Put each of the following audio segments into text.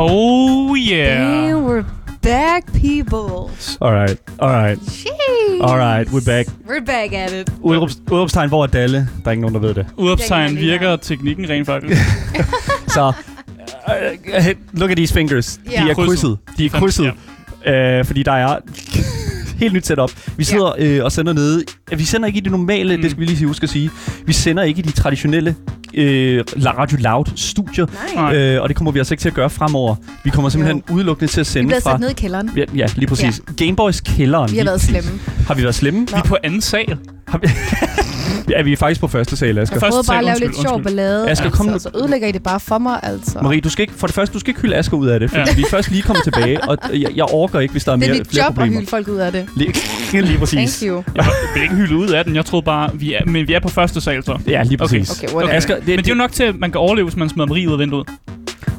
Oh, cool. All right, all right, Jeez. all right, we're back. We're back at it. Udrups- Udrupstegn, hvor er Dalle? Der er ikke nogen, der ved det. Jeg Udopstegn kan ikke virker engang. teknikken rent faktisk. Så, uh, look at these fingers. Ja. De er krydset. Krydset. De er krydset. Øh, fordi der er helt nyt setup. Vi sidder øh, og sender nede. Vi sender ikke i det normale, mm. Mm. det skal vi lige huske at sige. Vi sender ikke i de traditionelle øh, La- Radio Loud-studier. Nej. Nej. Øh, og det kommer vi altså ikke til at gøre fremover. Vi kommer simpelthen udelukkende til at Vi sende bliver fra... sat ned i kælderen. Ja, ja, lige præcis. Ja. Gameboys kælderen. Vi har Lige været præcis. slemme. Har vi været slemme? Vi er på anden sal. Har vi... ja, vi er faktisk på første sal, Asger. Ja, Første Prøvede bare at sag, lave lidt undskyld, sjov undskyld. ballade. Asger, kom nu. altså, så ødelægger I det bare for mig, altså. Marie, du skal ikke, for det første, du skal ikke hylde Asger ud af det, fordi ja. Ja. vi er først lige kommet tilbage, og jeg, jeg orker ikke, hvis der er, det mere, er mit flere job at problemer. hylde folk ud af det. Lige, lige præcis. Thank you. Jeg vil ikke hylde ud af den. Jeg troede bare, vi er, men vi er på første sal så. Ja, lige præcis. Okay, whatever. Asger, det, Men det er jo nok til, at man kan overleve, hvis man smider Marie ud af vinduet.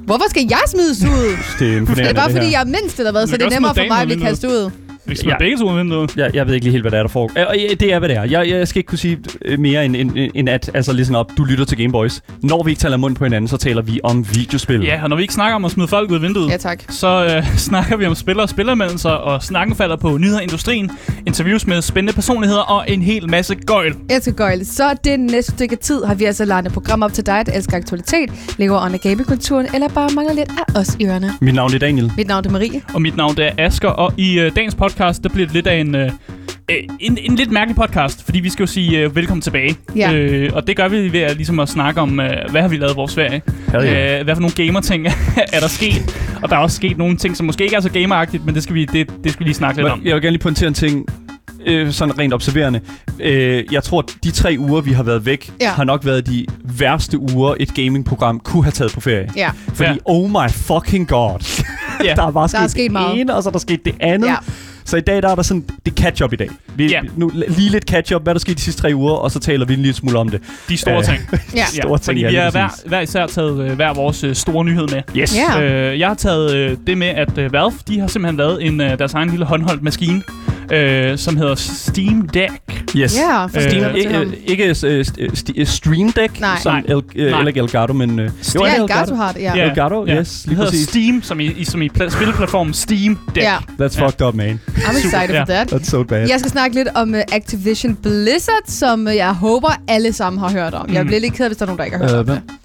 Hvorfor skal jeg smides ud? det er imponerende, Det er bare det fordi, her. jeg er mindst eller hvad, Men så vi det er kan også nemmere smide for mig at Daniel blive kastet ud. Vi smider Ja. ja. begge to ud af vinduet. Jeg, jeg ved ikke lige helt, hvad der er, der foregår. Øh, Og ja, det er, hvad det er. Jeg, jeg skal ikke kunne sige øh, mere end, end, end at, altså listen op, du lytter til Gameboys. Når vi ikke taler mund på hinanden, så taler vi om videospil. Ja, og når vi ikke snakker om at smide folk ud af vinduet, Ja, tak. så øh, snakker vi om spillere og spilleranmeldelser, og snakken falder på nyheder i industrien, interviews med spændende personligheder og en hel masse gøjl. Elsker Gøjl. Så det næste stykke tid har vi altså lagt et program op til dig, der elsker aktualitet, lever under gamekulturen eller bare mangler lidt af os i ørerne. Mit navn er Daniel. Mit navn er Marie. Og mit navn det er Asker, og i øh, dagens podcast, der bliver det lidt af en, øh, øh, en, en lidt mærkelig podcast, fordi vi skal jo sige øh, velkommen tilbage. Ja. Øh, og det gør vi ved at, ligesom at snakke om, øh, hvad har vi lavet i vores ferie? Hell yeah. Øh, hvad for nogle gamerting er der sket? Og der er også sket nogle ting, som måske ikke er så gameragtigt, men det skal vi, det, det skal vi lige snakke lidt om. Øh, Jeg vil gerne lige pointere en ting, øh, sådan rent observerende. Øh, jeg tror, de tre uger, vi har været væk, Ja. har nok været de værste uger, et gamingprogram kunne have taget på ferie. Ja. Fordi, Ja. oh my fucking god, Ja. der er bare Der er sket det meget. ene, og så er der sket det andet. Ja. Så i dag, der er der sådan, det er catch-up i dag. Vi, Ja. nu, lige lidt catch-up, hvad der skete de sidste tre uger, og så taler vi en lille smule om det. De store Øh, ting. Ja. store ting, fordi ja, vi lige har hver, præcis. hver især taget øh, hver vores øh, store nyhed med. Yes. Ja. Øh, jeg har taget øh, det med, at øh, Valve de har simpelthen lavet en, øh, deres egen lille håndholdt maskine, øh, som hedder Steam Deck. Yes. Ja, for Øh, Steam Steam, Steam- til ikke ham. øh, ikke øh, st- st- Stream Deck, Nej. som Nej. El, øh, Nej. eller ikke Elgato, men... Øh, jo, Steam- Ja, Elgato. Elgato har det, ja. Ja. Elgato, Ja. yes, Det lige hedder præcis. Steam, som i, i, som i pla- spilleplatformen Steam Deck. Ja, That's Ja. fucked up, man. I'm excited Super, for that. That's so bad. Jeg skal snakke lidt om øh, Activision Blizzard, som øh, jeg håber, alle sammen har hørt om. Jeg Mm. bliver lidt ked af, hvis der er nogen, der ikke har hørt Øh, om hvem? det.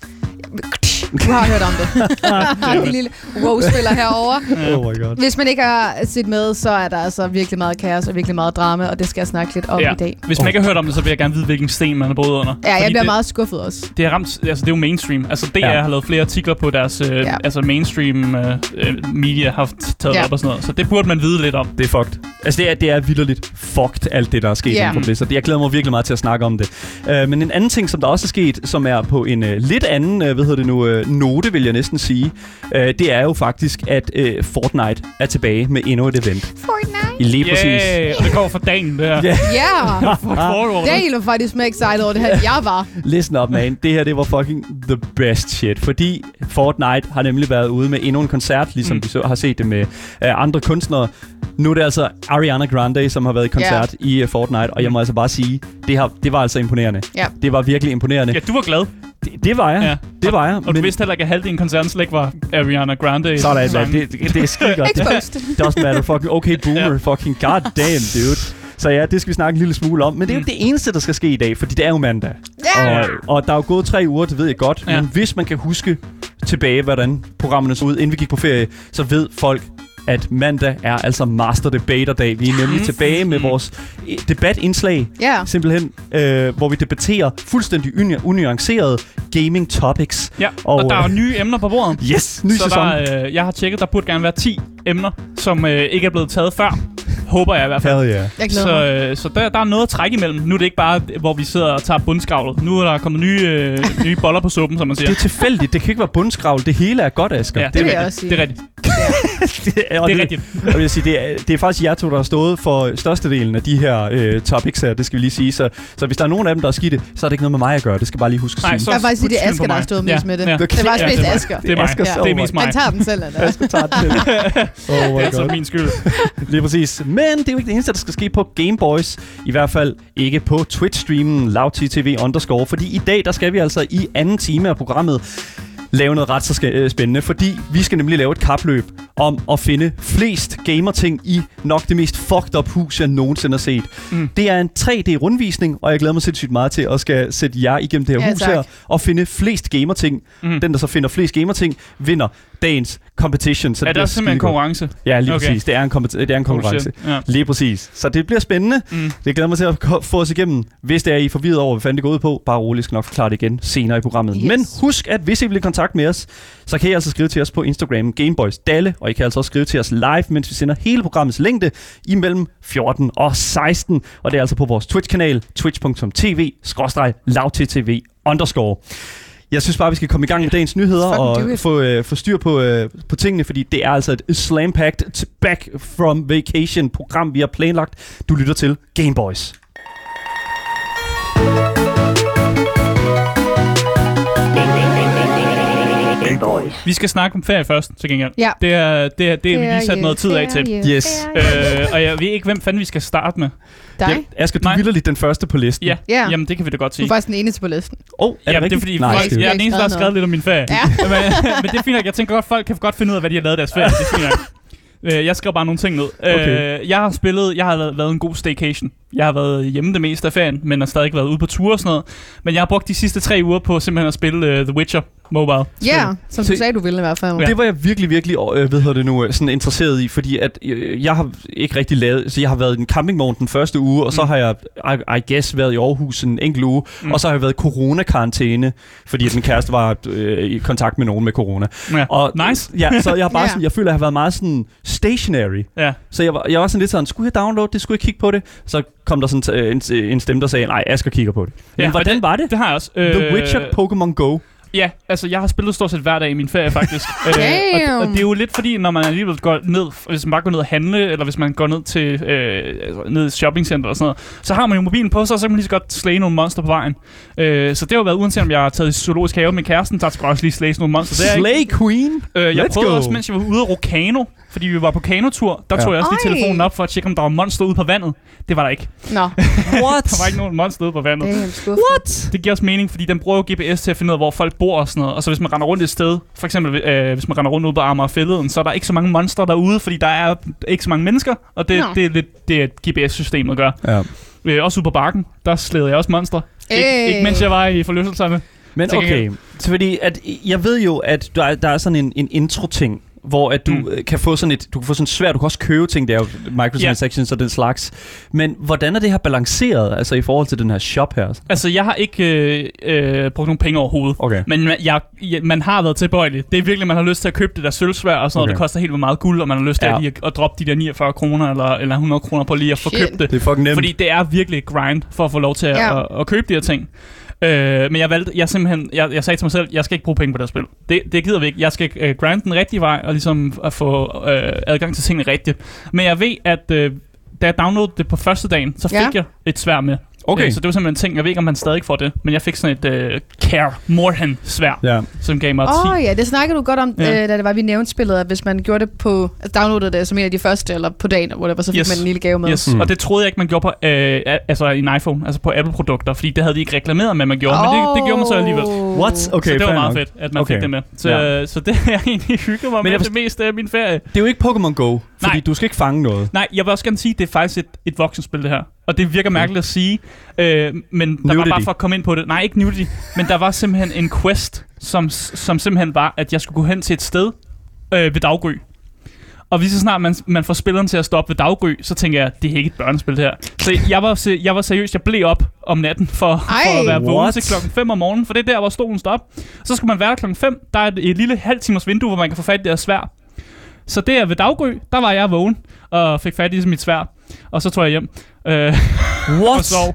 Du har hørt om det. Den lille wow-spiller herovre. Oh my god. Hvis man ikke har set med, så er der altså virkelig meget kaos og virkelig meget drama, og det skal jeg snakke lidt om i dag. Hvis man ikke har hørt om det, så vil jeg gerne vide, hvilken sten man har boet under. Ja, jeg Fordi bliver det, meget skuffet også. Det er, ramt, altså, det er jo mainstream. Altså, DR Ja. ja. har lavet flere artikler på deres øh, Ja. ja. altså, mainstream øh, øh, media, har t- taget Ja. ja. op og sådan noget. Så det burde man vide lidt om. Det er fucked. Altså, det er, det er vildt fucked, alt det, der er sket Ja. yeah. på Blizzard. Jeg glæder mig virkelig meget til at snakke om det. Uh, men en anden ting, som der også er sket, som er på en uh, lidt anden, uh, hvad hedder det nu, uh, note, vil jeg næsten sige, uh, det er jo faktisk, at uh, Fortnite er tilbage med endnu et event. Fortnite? I lige præcis. Yeah, og det kommer fra dagen, det her. Ja. Ja, Fuck, foregår der? Daniel var faktisk mere excited over det her, end jeg var. Listen up, man. Det her, det var fucking the best shit. Fordi Fortnite har nemlig været ude med endnu en koncert, ligesom mm. Mm. vi så, har set det med øh, andre kunstnere. Nu er det altså Ariana Grande, som har været i koncert yeah. i øh, Fortnite, og jeg må altså bare sige, det, har, det var altså imponerende. Ja. Det var virkelig imponerende. Ja, du var glad. Det, det var jeg. Ja. Det var jeg. Og du vidste heller ikke, at halvdelen af koncernen slet ikke var Ariana Grande. sådan, man. Sangen. Det, det, det er skide godt. Det Exposed. doesn't matter. Fucking okay, boomer. Ja. Fucking goddamn, dude. Så ja, det skal vi snakke en lille smule om. Men det er jo Mm. ikke det eneste, der skal ske i dag, fordi det er jo mandag. Ja, Og, og der er jo gået tre uger, det ved jeg godt. Ja. Ja. Men hvis man kan huske tilbage, hvordan programmerne så ud, inden vi gik på ferie, så ved folk, at mandag er altså Master Debater-dag. Vi er nemlig Mm. tilbage med vores eh, debatindslag, ja. simpelthen, øh, hvor vi debatterer fuldstændig uni- unuancerede gaming topics. Ja, Og, og, og der er øh, jo nye emner på bordet. Yes, ny så sæson. Der, øh, jeg har tjekket, der burde gerne være 10 emner, som øh, ikke er blevet taget før. Håber jeg i hvert fald. Hell yeah. Jeg glæder Så, mig. øh, så der, der er noget at trække imellem. Nu er det ikke bare, hvor vi sidder og tager bundskraglet. Nu er der kommet nye, øh, nye boller på suppen, som man siger. Det er tilfældigt. Det kan ikke være bundskravel. Det hele er godt, Asger. Ja, det vil er jeg rigtigt. også sige. Det er rigtigt. det, og Det er rigtigt. Og jeg vil sige, det, er, det er faktisk jer to, der har stået for størstedelen af de her øh, topics her, det skal vi lige sige. Så, så hvis der er nogen af dem, der er skidte, så er det ikke noget med mig at gøre. Det skal jeg bare lige huske at Nej, sige. så Jeg vil faktisk sige, det er skyld på Asger, der mig. har stået mest med det. Ja. Det er faktisk mest det er Asger. Det er Det er mig. Askers Ja, Det er over. mest mig. Han tager den selv, eller? Asger tager den selv. oh my Det er så god. min skyld. Lige præcis. Men det er jo ikke det eneste, der skal ske på Game Boys. I hvert fald ikke på Twitch-streamen LoudTTV underscore. Fordi i dag, der skal vi altså i anden time af programmet lave noget ret så sk- øh, spændende, fordi vi skal nemlig lave et kapløb om at finde flest gamerting i nok det mest fucked up hus, jeg nogensinde har set. Mm. Mm. Det er en 3D-rundvisning, og jeg glæder mig sindssygt meget til at skal sætte jer igennem det her Ja, hus tak. her og finde flest gamerting. Mm. Mm. Den, der så finder flest gamerting, vinder dagens competition. Så er det der bliver også simpelthen en skidegodt. konkurrence? Ja, lige Okay. okay. præcis. Det er en, kompet- det er en konkurrence. Ja. Lige præcis. Så det bliver spændende. Mm. Det glæder mig til at ko- få os igennem. Hvis det er, I er forvirret over, hvad fanden det går ud på, bare roligt skal nok forklare det igen senere i programmet. Yes. Yes. Men husk, at hvis I vil i kontakt med os, så kan I altså skrive til os på Instagram Gameboys Dalle, og I kan altså også skrive til os live, mens vi sender hele programmets længde imellem 14 og 16. Og det er altså på vores Twitch-kanal, twitch.tv lavttv underscore. Jeg synes bare, vi skal komme i gang med dagens nyheder Fucking do og it. få, øh, få styr på, øh, på tingene, fordi det er altså et slam-packed t- back from vacation program, vi har planlagt. Du lytter til Game Boys. Vi skal snakke om ferie først, til gengæld. Ja. Det er, det er, det er vi lige sat noget tid af til. Yes. Øh, og jeg ved ikke, hvem fanden vi skal starte med. Dig? Ja, Asger, du Nej. er lidt den første på listen. Ja, Ja. jamen det kan vi da godt Du sige. er faktisk den eneste på listen. Oh, er Jamen, det, det er rigtigt? fordi, Nej, folk, det jeg er er den eneste, der har skrevet skrevet lidt om min ferie. Ja. men, øh, men det er fint nok. Jeg tænker godt, folk kan godt finde ud af, hvad de har lavet i deres ferie. Det er fint nok. Øh, Jeg skrev bare nogle ting ned. Okay. Øh, Jeg har spillet, jeg har lavet lavet en god staycation. Jeg har været hjemme det meste af ferien, men har stadig ikke været ude på tur og sådan noget. Men jeg har brugt de sidste tre uger på simpelthen at spille øh, The Witcher Mobile. Ja, Selvfølgelig. som du Se- sagde, du ville i hvert fald. Ja. Det var jeg virkelig, virkelig øh, hvad hedder det nu, øh, sådan interesseret i, fordi at, øh, jeg har ikke rigtig lavet, så jeg har været i en campingvogn den første uge, og så Mm. har jeg, I, I guess, været i Aarhus en enkelt uge, Mm. mm. og så har jeg været i coronakarantæne, fordi at min kæreste var øh, i kontakt med nogen med corona. Ja. Og, Nice. Ja, så jeg, har bare Ja. sådan, jeg føler, at jeg har været meget sådan stationary. Ja. Så jeg var, jeg var sådan lidt sådan, skulle jeg downloade det, skulle jeg kigge på det? Så kom der sådan øh, en, en stemme, der sagde, nej, Asger kigger på det. Men Ja, ja, og hvordan var det? Det har jeg også. Øh, The Witcher Pokémon Go. Ja, altså jeg har spillet stort set hver dag i min ferie faktisk. Øh, og, Damn. og det er jo lidt fordi, når man alligevel går ned, hvis man bare går ned og handle, eller hvis man går ned til øh, altså, ned i shoppingcenter og sådan noget, så har man jo mobilen på sig, og så kan man lige så godt slæge nogle monster på vejen. Øh, så det har jo været uanset om jeg har taget i zoologisk have med kæresten, så skal jeg også lige slæge nogle monster der. ikke? Slay Queen. Øh, jeg Let's prøvede go. også, mens jeg var ude af Rokano, fordi vi var på kanotur, der Ja. tog jeg også lige Ej. telefonen op for at tjekke, om der var monster ude på vandet. Det var der ikke. Nå, What? Der var ikke nogen monster ude på vandet. det er helt skuffet. What? Det giver også mening, fordi den bruger jo GPS til at finde ud af, hvor folk bor og sådan noget. Og så hvis man render rundt et sted, for eksempel øh, hvis man render rundt ude på Amager Fælleden, så er der ikke så mange monstre derude, fordi der er ikke så mange mennesker, og det, Nå. det er lidt det, GPS-systemet gør. Ja. Øh, også ude på bakken, der slæder jeg også monstre. Ey. Ikke, ikke mens jeg var i forlystelserne. Men Til okay, så fordi at jeg ved jo, at der, er- der er sådan en, en intro-ting, hvor at du Mm. mm. kan få sådan et, du kan få sådan svært, du kan også købe ting, det er jo microtransactions og den slags. Men hvordan er det her balanceret, altså i forhold til den her shop her? Altså, jeg har ikke øh, øh, brugt nogen penge overhovedet. Okay. Men man- jeg, jeg, man har været tilbøjelig. Det er virkelig, man har lyst til at købe det der sølvsvær og sådan noget. Okay. Det koster helt vildt meget guld, og man har lyst til Ja. at, lige at, at droppe de der 49 kroner eller, eller 100 kroner på lige at få Shit. købt det. Det er fucking nemt. Fordi det er virkelig et grind for at få lov til at, Øhm. Ja. ja. at, at købe de her ting. Øh, men jeg valgte, jeg simpelthen, jeg, jeg sagde til mig selv, jeg skal ikke bruge penge på det her spil. Det, det gider vi ikke. Jeg skal øh, grinde den rigtige vej og ligesom at få øh, adgang til tingene rigtigt. Men jeg ved, at øh, da jeg downloadede det på første dagen, så fik Ja. ja. jeg et svær med. Okay. Øh, så det var simpelthen en ting, jeg ved ikke, om man stadig får det, men jeg fik sådan et øh, Care Morhan svær, Ja. som gav mig 10. Åh oh, ja, det snakkede du godt om, Ja. ja. øh, da det var, vi nævnte spillet, at hvis man gjorde det på, altså downloadede det som en af de første, eller på dagen, eller whatever, så fik Yes. yes. man en lille gave med. Yes, mm. Mm. og det troede jeg ikke, man gjorde på øh, a- altså en iPhone, altså på Apple-produkter, fordi det havde de ikke reklameret med, at man gjorde, oh. men det, det gjorde man så alligevel. What? Okay, Okay, så det var fair meget nok. fedt, at man okay. Okay. fik det med. Så, ja. Ja. så det har jeg egentlig hygget mig Men Men med jeg det meste af min ferie. Det er jo ikke Pokémon Go, fordi Nej. Nej. du skal ikke fange noget. Nej, jeg vil også gerne sige, at det er faktisk et, et voksenspil, det her. Og det virker mærkeligt at sige, øh, men der var Nudity. bare for at komme ind på det. Nej, ikke nudity, men der var simpelthen en quest, som, som simpelthen var, at jeg skulle gå hen til et sted øh, ved daggry. Og lige så snart man, man får spilleren til at stoppe ved daggry, så tænker jeg, det er ikke et børnespil det her. Så jeg var, se- jeg var seriøst, jeg blev op om natten for, for Ej. at være vågen What? til klokken 5 om morgenen, for det er der, hvor stolen står op. Så skal man være der klokken 5. Der er et, et lille halv timers vindue, hvor man kan få fat i det her svær. Så der ved daggry, der var jeg vågen og fik fat i mit svær. Og så tog jeg hjem øh, og What? sov.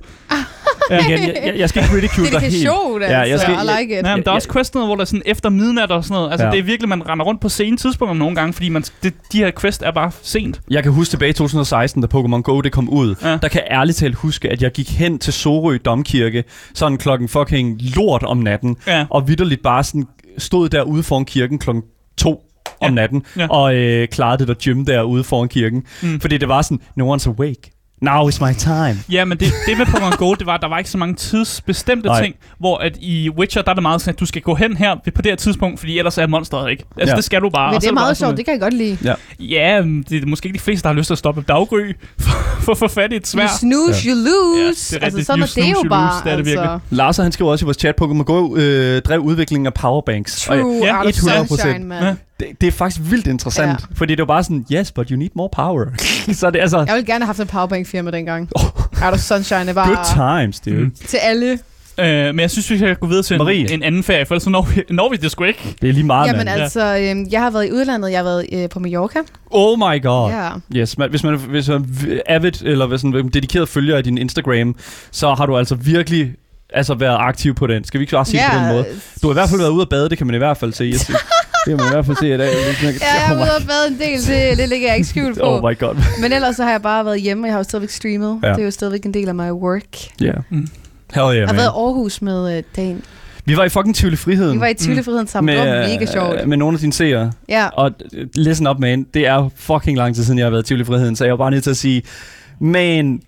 Ja, igen, jeg, jeg, jeg skal ikke ridicule Det er dig helt. sjovt, altså. Ja, jeg skal- I like it. Ja, men der er Ja, også quests, hvor der er sådan efter midnat og sådan noget. Altså, ja. Ja. det er virkelig, man render rundt på sene tidspunkter nogle gange, fordi man, det, de her quest er bare sent. Jeg kan huske tilbage i 2016, da Pokémon Go det kom ud. Ja. Ja. Der kan jeg ærligt talt huske, at jeg gik hen til Sorø Domkirke, sådan klokken fucking lort om natten, Ja. og vidderligt bare sådan stod derude foran kirken klokken to om Ja. natten, Ja. og øh, klarede det der gym derude foran kirken. Mm. Mm. Fordi det var sådan, no one's awake. Now is my time. Ja, men det, det med Pokémon Go, det var, at der var ikke så mange tidsbestemte Nej. ting, hvor at i Witcher, der er det meget sådan, at du skal gå hen her ved- på det her tidspunkt, fordi ellers er monstret ikke. Altså, Ja. ja. det skal du bare. Men og det så er bare meget sådan sjovt, det kan jeg godt lide. lidt- Ja, men det er måske ikke de fleste, der har lyst til at stoppe daggry for, for at få fat i et You svær. snooze, you lose. Ja, det er altså, rigtigt. sådan You er det snooze, jo you bare. lose, det er det altså. virkelig. Lars, han skriver også i vores chat, Pokémon Go øh, drev udviklingen af powerbanks. Og True Ja, out of 100%. sunshine, mand. Ja. det, det er faktisk vildt interessant, ja. fordi det var bare sådan, yes, but you need more power. så er det altså, Jeg ville gerne have haft en powerbank-firma dengang. Oh. Out of sunshine er bare good times, dude. Mm. Mm. til alle. Øh, men jeg synes, vi skal gå videre til en, Marie. en, anden ferie, for ellers så når vi, når vi det sgu ikke. Det er lige meget, Jamen Ah, mand. ja. altså, øhm, jeg har været i udlandet, jeg har været øh, på Mallorca. Oh my god. Ja. Yes, man, hvis man hvis man er avid eller hvis man er dedikeret følger af din Instagram, så har du altså virkelig altså været aktiv på den. Skal vi ikke bare sige yeah. på den måde? Du har i hvert fald været ude at bade, det kan man i hvert fald se. Jeg synes, det kan man i hvert fald se i dag. Ja, jeg har været ude og bade en del, det, det ligger jeg ikke skjult på. Oh my god. Men ellers så har jeg bare været hjemme, og jeg har jo stadigvæk streamet. Ja. Ja. Det er jo stadigvæk en del af my work. Yeah. Mm. Hell Jeg yeah, har været man. i Aarhus med øh, Dan. Vi var i fucking Tivoli Friheden. Vi var i Tivlefriheden sammen. Det var mega sjovt. øh, Mm. med nogle af dine seere. Ja. Og øh, listen up, man. Det er jo fucking lang tid siden, jeg har været i Tivoli Friheden, så jeg var bare nødt til at sige, man,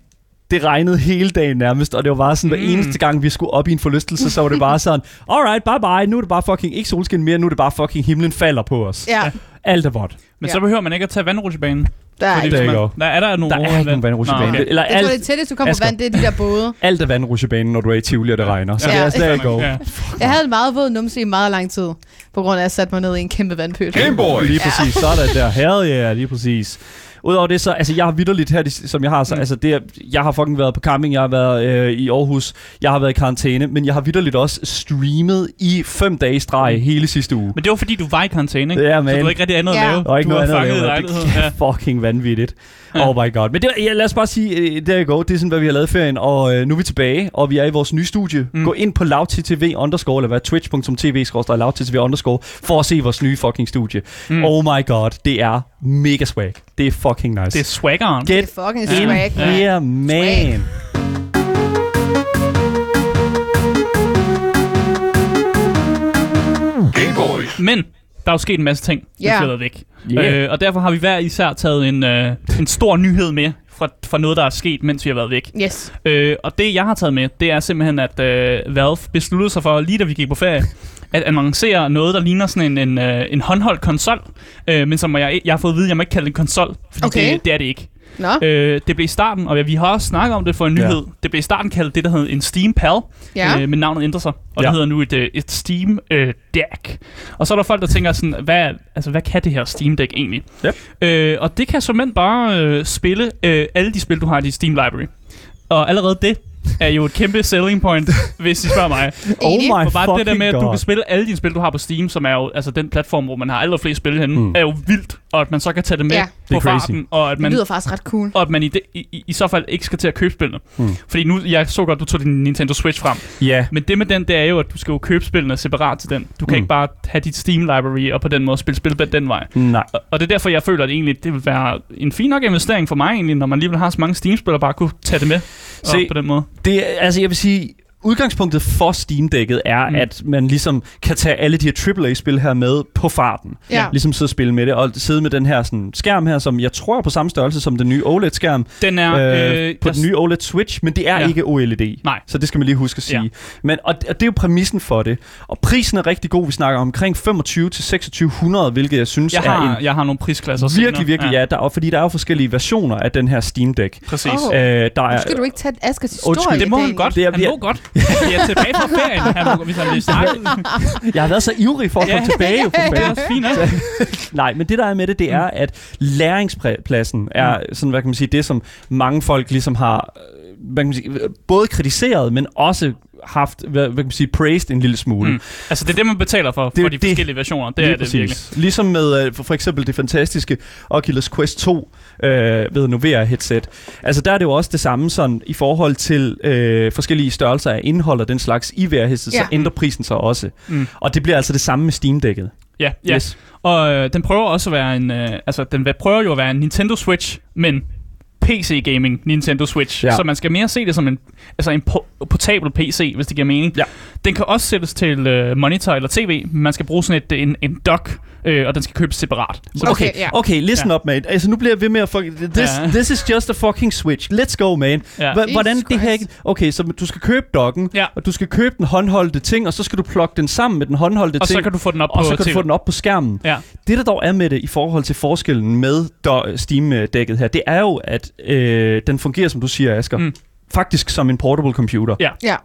det regnede hele dagen nærmest, og det var bare sådan, hver Mm. eneste gang, vi skulle op i en forlystelse, så var det bare sådan, alright, bye bye, nu er det bare fucking ikke solskin mere, nu er det bare fucking himlen falder på os. Ja, Alt er vådt. Men Ja. så behøver man ikke at tage vandrutsjebanen. der er fordi ikke. det hvis er man, ikke der er der nogle Der er ikke nogen vandrutsjebane. Nå, Okay. okay. Eller Jeg tror, det alt, er tættest, du kommer på Asger. vand, det er de der både. alt er vandrutsjebanen, når du er i Tivoli, og det regner. Så Ja. det er slet ikke over. Ja. Jeg havde en meget våd numse i meget lang tid, på grund af, at jeg satte mig ned i en kæmpe vandpøl. Gameboy! Lige præcis, så er der der. Hell yeah, lige præcis. Udover det så, altså jeg har vidderligt her, de- som jeg har, så, Mm. altså det, er- jeg har fucking været på camping, jeg har været øh, i Aarhus, jeg har været i karantæne, men jeg har vidderligt også streamet i fem dage i streg hele sidste uge. Men det var fordi, du var i karantæne, ikke? Ja, Så man. du har ikke rigtig andet Ja. at lave. Der var ikke du noget var andet at fanget i lave. lejligheden. Det Ja. er fucking vanvittigt. Ja. Oh my god. Men det, var- ja, lad os bare sige, øh, der går. Det er sådan, hvad vi har lavet i ferien, og øh, nu er vi tilbage, og vi er i vores nye studie. Mm. Mm. Gå ind på lavttv underscore, eller hvad, twitch.tv lavttv underscore, for at se vores nye fucking studie. Mm. Mm. Oh my god, det er mega swag. Det er fucking nice. Det er swaggeren. Det Get er fucking Ja. swag, Ja. mand. Yeah, man. Men der er jo sket en masse ting, der Ja. yeah. flyttet væk. Yeah. Øh, og derfor har vi hver især taget en, øh, en stor nyhed med fra, fra noget, der er sket, mens vi har været væk. Yes. Øh, og det, jeg har taget med, det er simpelthen, at øh, Valve besluttede sig for, lige da vi gik på ferie, at annoncere noget, der ligner sådan en, en, øh, en håndholdt konsol. Øh, men som jeg, jeg har fået at vide, at jeg må ikke kalde det en konsol, fordi Okay. det, det er det ikke. Nå, Øh, det blev i starten, og vi har også snakket om det for en Ja. nyhed, det blev i starten kaldt det, der hed en Steam Pal. ja. Øh, men navnet ændrer sig, og ja. Ja. det hedder nu et, øh, et Steam øh, Deck. Og så er der folk, der tænker sådan, hvad, altså, hvad kan det her Steam Deck egentlig? Yep. Øh, og det kan simpelthen bare øh, spille øh, alle de spil, du har i dit Steam Library. Og allerede det er jo et kæmpe selling point, hvis I spørger mig. Oh Enig. my For bare det der fucking med, at du god. kan spille alle dine spil, du har på Steam, som er jo altså den platform, hvor man har allerflest spil henne, Mm. mm. er jo vildt. Og at man så kan tage det med Ja. ja. Det er på crazy. farten, og at Det man lyder faktisk ret cool. og at man i, det, i, i, i så fald ikke skal til at købe spillene. Mm. Mm. Fordi nu, jeg så godt, du tog din Nintendo Switch frem. Ja. Men det med den, det er jo, at du skal jo købe spillene separat til den. Du kan Mm. mm. ikke bare have dit Steam library og på den måde spille spil på den vej. Nej. Og- Og det er derfor, jeg føler, at det egentlig det vil være en fin nok investering for mig egentlig, når man alligevel har så mange Steam-spil, og bare kunne tage det med Se. Se. på den måde. Det, er- altså, jeg vil sige, udgangspunktet for Steam-dækket er, mm. Mm. at man ligesom kan tage alle de her AAA-spil her med på farten. Ja. Ligesom sidde og spille med det, og sidde med den her sådan, skærm her, som jeg tror er på samme størrelse som den nye OLED-skærm, Den er... øh, øh, på der- den nye OLED Switch, men det er ja. Ja. ikke OLED. Nej. Så det skal man lige huske at sige. Ja. Ja. Men, og, og det er jo præmissen for det. Og prisen er rigtig god. Vi snakker omkring 25 til 2600, hvilket jeg synes jeg, er har, en jeg har nogle prisklasser virkelig, senere. virkelig ja. ja der, og fordi der er jo forskellige versioner af den her Steam Deck. Præcis. Åh. Øh, der Nu er, skal du ikke tage Askers historie. Undskyld. Det må han Dan. godt. Det er- han vi er- må godt. Vi er tilbage fra ferien, han må, hvis han vil snakke. jeg har været så ivrig for at Ja. komme tilbage. Jo, for Det er fanden. også fint, ikke? Nej, men det der er med det, det er, at læringspladsen er Mm. sådan, hvad kan man sige, det som mange folk ligesom har, øh, hvad kan man sige, øh, både kritiseret, men også haft, hvad, hvad kan man sige, praised en lille smule. Mm. Altså, det er det, man betaler for, Det er for de det. forskellige versioner. Det er det virkelig. Ligesom med øh, for, for eksempel det fantastiske Oculus Quest 2 øh, ved nu VR headset. Altså der er det jo også det samme sådan i forhold til øh, forskellige størrelser af indhold og den slags i VR headset, ja. så Ja. ændrer prisen sig også. Mm. Og det bliver altså det samme med Steam dækket. Ja, ja. Yes. Og øh, den prøver også at være en, øh, altså den vil- prøver jo at være en Nintendo Switch, men PC gaming Nintendo Switch, Ja. ja. så man skal mere se det som en altså en po- portabel PC, hvis det giver mening. Ja. Den kan også sættes til øh, monitor eller tv, men man skal bruge sådan et, en, en dock, øh, og den skal købes separat. Så Okay, Okay, ja. okay, okay listen ja. up, man. Altså, nu bliver jeg ved med at... Fuck, this, Ja. ja. this is just a fucking switch. Let's go, man. Ja. Hva- Hvordan Jesus det her Christ. ikke... Okay, så du skal købe dokken, Ja. og du skal købe den håndholdte ting, og så skal du plukke den sammen med den håndholdte og ting, så kan du få den op og på så kan du TV. få den op på skærmen. Ja. Det, der dog er med det i forhold til forskellen med do- Steam-dækket her, det er jo, at øh, den fungerer, som du siger, Asger. Mm. Mm. Faktisk som en portable computer. Ja. Ja.